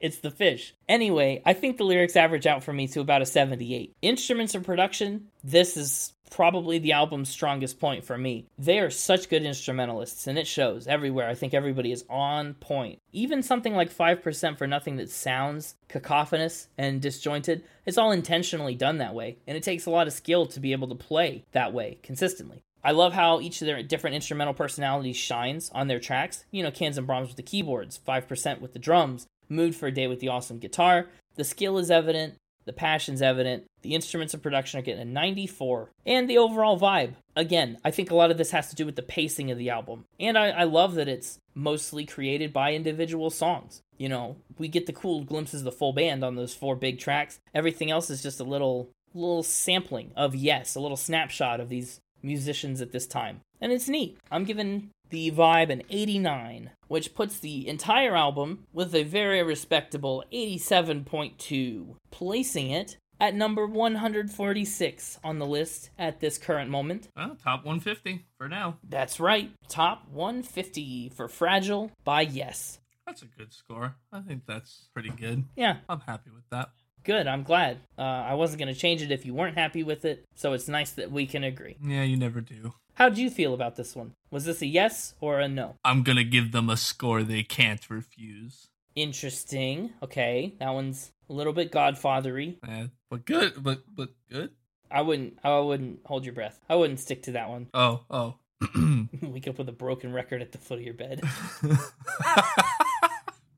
[SPEAKER 1] It's the fish. Anyway, I think the lyrics average out for me to about a 78. Instruments and production, this is probably the album's strongest point for me. They are such good instrumentalists, and it shows everywhere. I think everybody is on point. Even something like 5% for Nothing that sounds cacophonous and disjointed, it's all intentionally done that way, and it takes a lot of skill to be able to play that way consistently. I love how each of their different instrumental personalities shines on their tracks. You know, Cans and Brahms with the keyboards, 5% with the drums, Mood for a Day with the awesome guitar. The skill is evident, the passion's evident, the instruments of production are getting a 94, and the overall vibe. Again, I think a lot of this has to do with the pacing of the album. And I, I love that it's mostly created by individual songs. You know, we get the cool glimpses of the full band on those four big tracks. Everything else is just a little little sampling of yes, a little snapshot of these musicians at this time. And it's neat. I'm giving the vibe an 89, which puts the entire album with a very respectable 87.2, placing it at number 146 on the list at this current moment.
[SPEAKER 2] Well, top 150 for now.
[SPEAKER 1] That's right, top 150 for Fragile by Yes.
[SPEAKER 2] That's a good score. I think that's pretty good.
[SPEAKER 1] Yeah,
[SPEAKER 2] I'm happy with that.
[SPEAKER 1] good, I'm glad. Uh, I wasn't going to change it if you weren't happy with it, so it's nice that we can agree.
[SPEAKER 2] Yeah, you never do.
[SPEAKER 1] How'd you feel about this one? Was this a yes or a no?
[SPEAKER 2] I'm gonna give them a score they can't refuse.
[SPEAKER 1] Interesting. Okay, that one's a little bit godfathery.
[SPEAKER 2] Eh, but good, but but good.
[SPEAKER 1] I wouldn't. I wouldn't hold your breath. I wouldn't stick to that one.
[SPEAKER 2] Oh, oh.
[SPEAKER 1] Wake up with a broken record at the foot of your bed.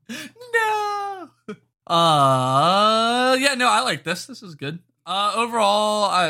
[SPEAKER 2] no. Uh, yeah, no, I like this. This is good. Uh, overall, I,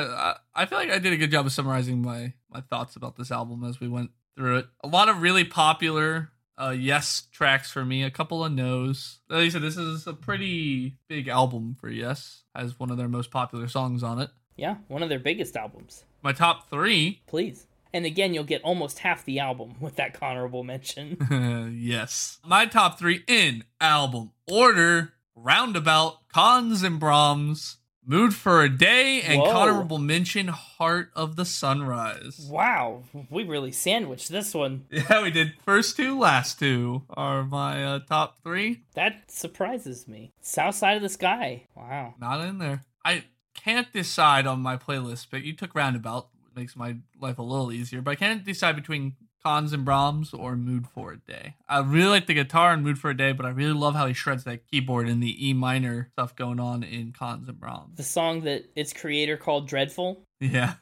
[SPEAKER 2] I I feel like I did a good job of summarizing my my thoughts about this album as we went through it. A lot of really popular uh yes tracks for me. A couple of no's. Like you said, this is a pretty big album for Yes. Has one of their most popular songs on it.
[SPEAKER 1] yeah, one of their biggest albums.
[SPEAKER 2] My top three.
[SPEAKER 1] Please. And again, you'll get almost half the album with that honorable mention.
[SPEAKER 2] yes. My top three in album order Roundabout, Cons and Brahms, Mood for a Day, and
[SPEAKER 1] Whoa.
[SPEAKER 2] Honorable Mention Heart of the Sunrise.
[SPEAKER 1] wow, we really sandwiched this one.
[SPEAKER 2] Yeah, we did first two, last two are my uh, top three.
[SPEAKER 1] That surprises me. South Side of the Sky. Wow.
[SPEAKER 2] Not in there. I can't decide on my playlist, but you took Roundabout, makes my life a little easier, but I can't decide between. Cons and Brahms or Mood for a Day. I really like the guitar in Mood for a Day, but I really love how he shreds that keyboard and the E minor stuff going on in Cons and Brahms.
[SPEAKER 1] The song that its creator called Dreadful.
[SPEAKER 2] Yeah.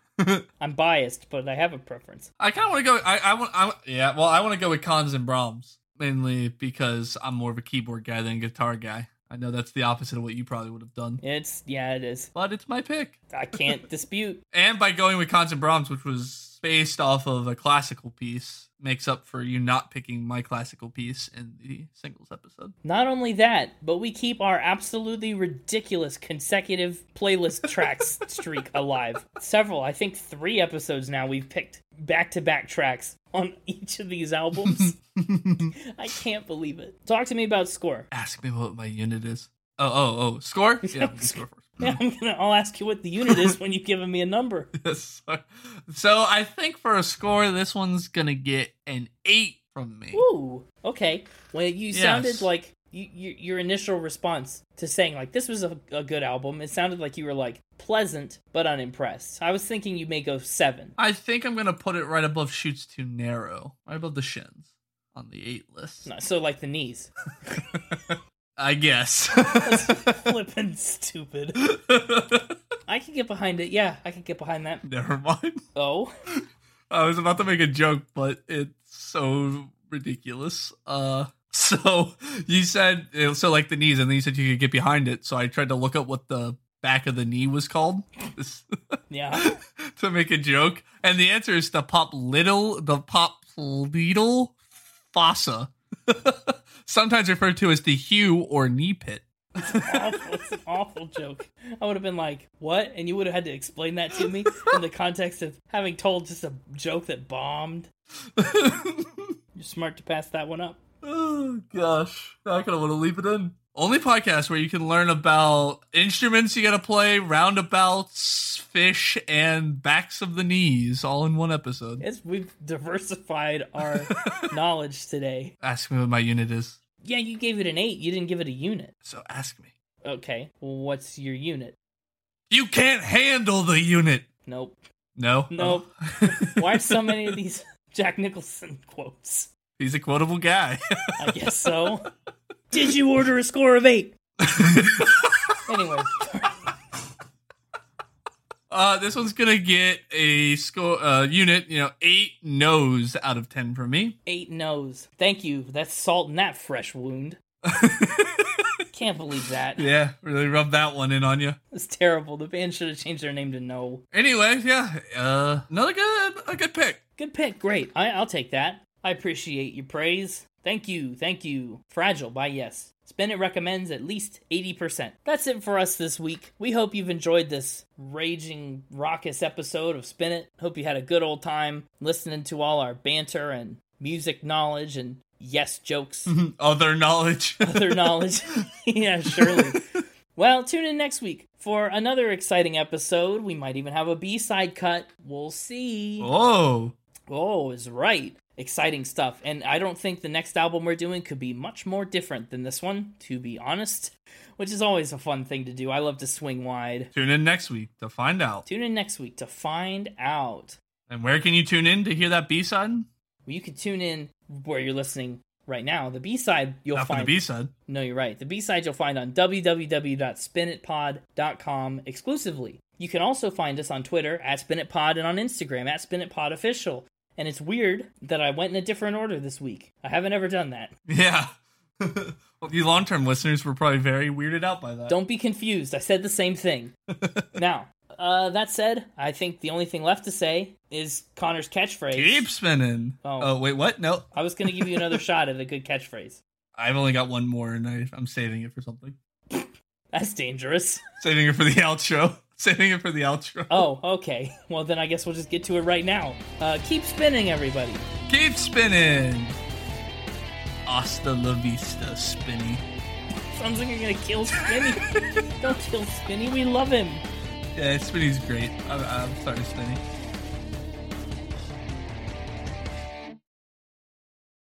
[SPEAKER 1] I'm biased, but I have a preference.
[SPEAKER 2] I kind of want to go. I, I want. I, yeah. Well, I want to go with Cons and Brahms mainly because I'm more of a keyboard guy than a guitar guy. I know that's the opposite of what you probably would have done,
[SPEAKER 1] It's, yeah, it is.
[SPEAKER 2] but it's my pick.
[SPEAKER 1] I can't dispute.
[SPEAKER 2] And by going with Cons and Brahms, which was based off of a classical piece, makes up for you not picking my classical piece in the singles episode.
[SPEAKER 1] Not only that, but we keep our absolutely ridiculous consecutive playlist tracks streak alive. Several, I think three episodes now, we've picked back to back tracks on each of these albums. I can't believe it. Talk to me about score.
[SPEAKER 2] Ask me what my unit is. Oh, oh, oh. Score? Yeah, we can score first.
[SPEAKER 1] I'm gonna, I'll ask you what the unit is when you've given me a number.
[SPEAKER 2] Yes, sir. so I think for a score, this one's gonna get an eight from me.
[SPEAKER 1] Ooh, okay. Well, you
[SPEAKER 2] Yes.
[SPEAKER 1] sounded like you, you, your initial response to saying like this was a, a good album. It sounded like you were like pleasant but unimpressed. I was thinking you may go seven.
[SPEAKER 2] I think I'm gonna put it right above shoots too narrow, right above the shins on the eight list.
[SPEAKER 1] No, So like the knees,
[SPEAKER 2] I guess.
[SPEAKER 1] flippin' stupid. I can get behind it. Yeah, I can get behind that.
[SPEAKER 2] Never mind.
[SPEAKER 1] Oh,
[SPEAKER 2] I was about to make a joke, but it's so ridiculous. Uh, so you said so like the knees, and then you said you could get behind it. So I tried to look up what the back of the knee was called. This-
[SPEAKER 1] yeah.
[SPEAKER 2] to make a joke, and the answer is the pop little, the pop little fossa, sometimes referred to as the hue or knee pit.
[SPEAKER 1] awful, it's an awful joke. I would have been like, "What?" and you would have had to explain that to me in the context of having told just a joke that bombed. You're smart to pass that one up.
[SPEAKER 2] oh gosh, I kind of want to leave it in. Only podcast where you can learn about instruments you got to play, roundabouts, fish, and backs of the knees, all in one episode.
[SPEAKER 1] It's we've diversified our knowledge today.
[SPEAKER 2] Ask me what my unit is.
[SPEAKER 1] Yeah, you gave it an eight. You didn't give it a unit.
[SPEAKER 2] So ask me.
[SPEAKER 1] Okay, well, what's your unit?
[SPEAKER 2] You can't handle the unit.
[SPEAKER 1] Nope.
[SPEAKER 2] No.
[SPEAKER 1] Nope.
[SPEAKER 2] Oh.
[SPEAKER 1] Why are so many of these Jack Nicholson quotes?
[SPEAKER 2] He's a quotable guy.
[SPEAKER 1] I guess so. Did you order a score of eight? anyway,
[SPEAKER 2] Uh, this one's gonna get a score uh, unit, you know, eight no's out of ten from me.
[SPEAKER 1] eight no's. Thank you. That's salt in that fresh wound. Can't believe that.
[SPEAKER 2] yeah, really rub that one in on you.
[SPEAKER 1] It's terrible. The band should have changed their name to No.
[SPEAKER 2] Anyway, yeah, uh, another good, a good pick.
[SPEAKER 1] Good pick. Great. I, I'll take that. I appreciate your praise. Thank you. Thank you. Fragile by Yes. Spin It recommends at least 80%. That's it for us this week. We hope you've enjoyed this raging, raucous episode of Spin It. Hope you had a good old time listening to all our banter and music knowledge and yes jokes,
[SPEAKER 2] Mm-hmm. Other knowledge.
[SPEAKER 1] other knowledge. yeah, surely. Well, tune in next week for another exciting episode. We might even have a B side cut. We'll see.
[SPEAKER 2] oh,
[SPEAKER 1] Oh, is right. Exciting stuff. And I don't think the next album we're doing could be much more different than this one, to be honest, which is always a fun thing to do. I love to swing wide.
[SPEAKER 2] tune in next week to find out.
[SPEAKER 1] Tune in next week to find out.
[SPEAKER 2] And where can you tune in to hear that B side?
[SPEAKER 1] Well, you can tune in where you're listening right now. The B side you'll
[SPEAKER 2] Not for the
[SPEAKER 1] find.
[SPEAKER 2] B side.
[SPEAKER 1] No, you're right. The B side you'll find on www.spinitpod.com exclusively. You can also find us on Twitter at spinitpod and on Instagram at spinitpodofficial. And it's weird that I went in a different order this week. I haven't ever done that.
[SPEAKER 2] Yeah. well, you long term listeners were probably very weirded out by that.
[SPEAKER 1] Don't be confused. I said the same thing. now, uh, that said, I think the only thing left to say is Connor's catchphrase.
[SPEAKER 2] Keep spinning.
[SPEAKER 1] Oh.
[SPEAKER 2] oh wait, what? No,
[SPEAKER 1] I was going to give you another shot at a good catchphrase.
[SPEAKER 2] I've only got one more, and I, I'm saving it for something.
[SPEAKER 1] That's dangerous.
[SPEAKER 2] Saving it for the outro. Saving it for the outro.
[SPEAKER 1] Oh, okay. Well, then I guess we'll just get to it right now. Uh, keep spinning, everybody.
[SPEAKER 2] Keep spinning. Hasta la vista, Spinny.
[SPEAKER 1] Sounds like you're going to kill Spinny. Don't kill Spinny. We love him.
[SPEAKER 2] Yeah, Spinny's great. I'm, I'm sorry, Spinny.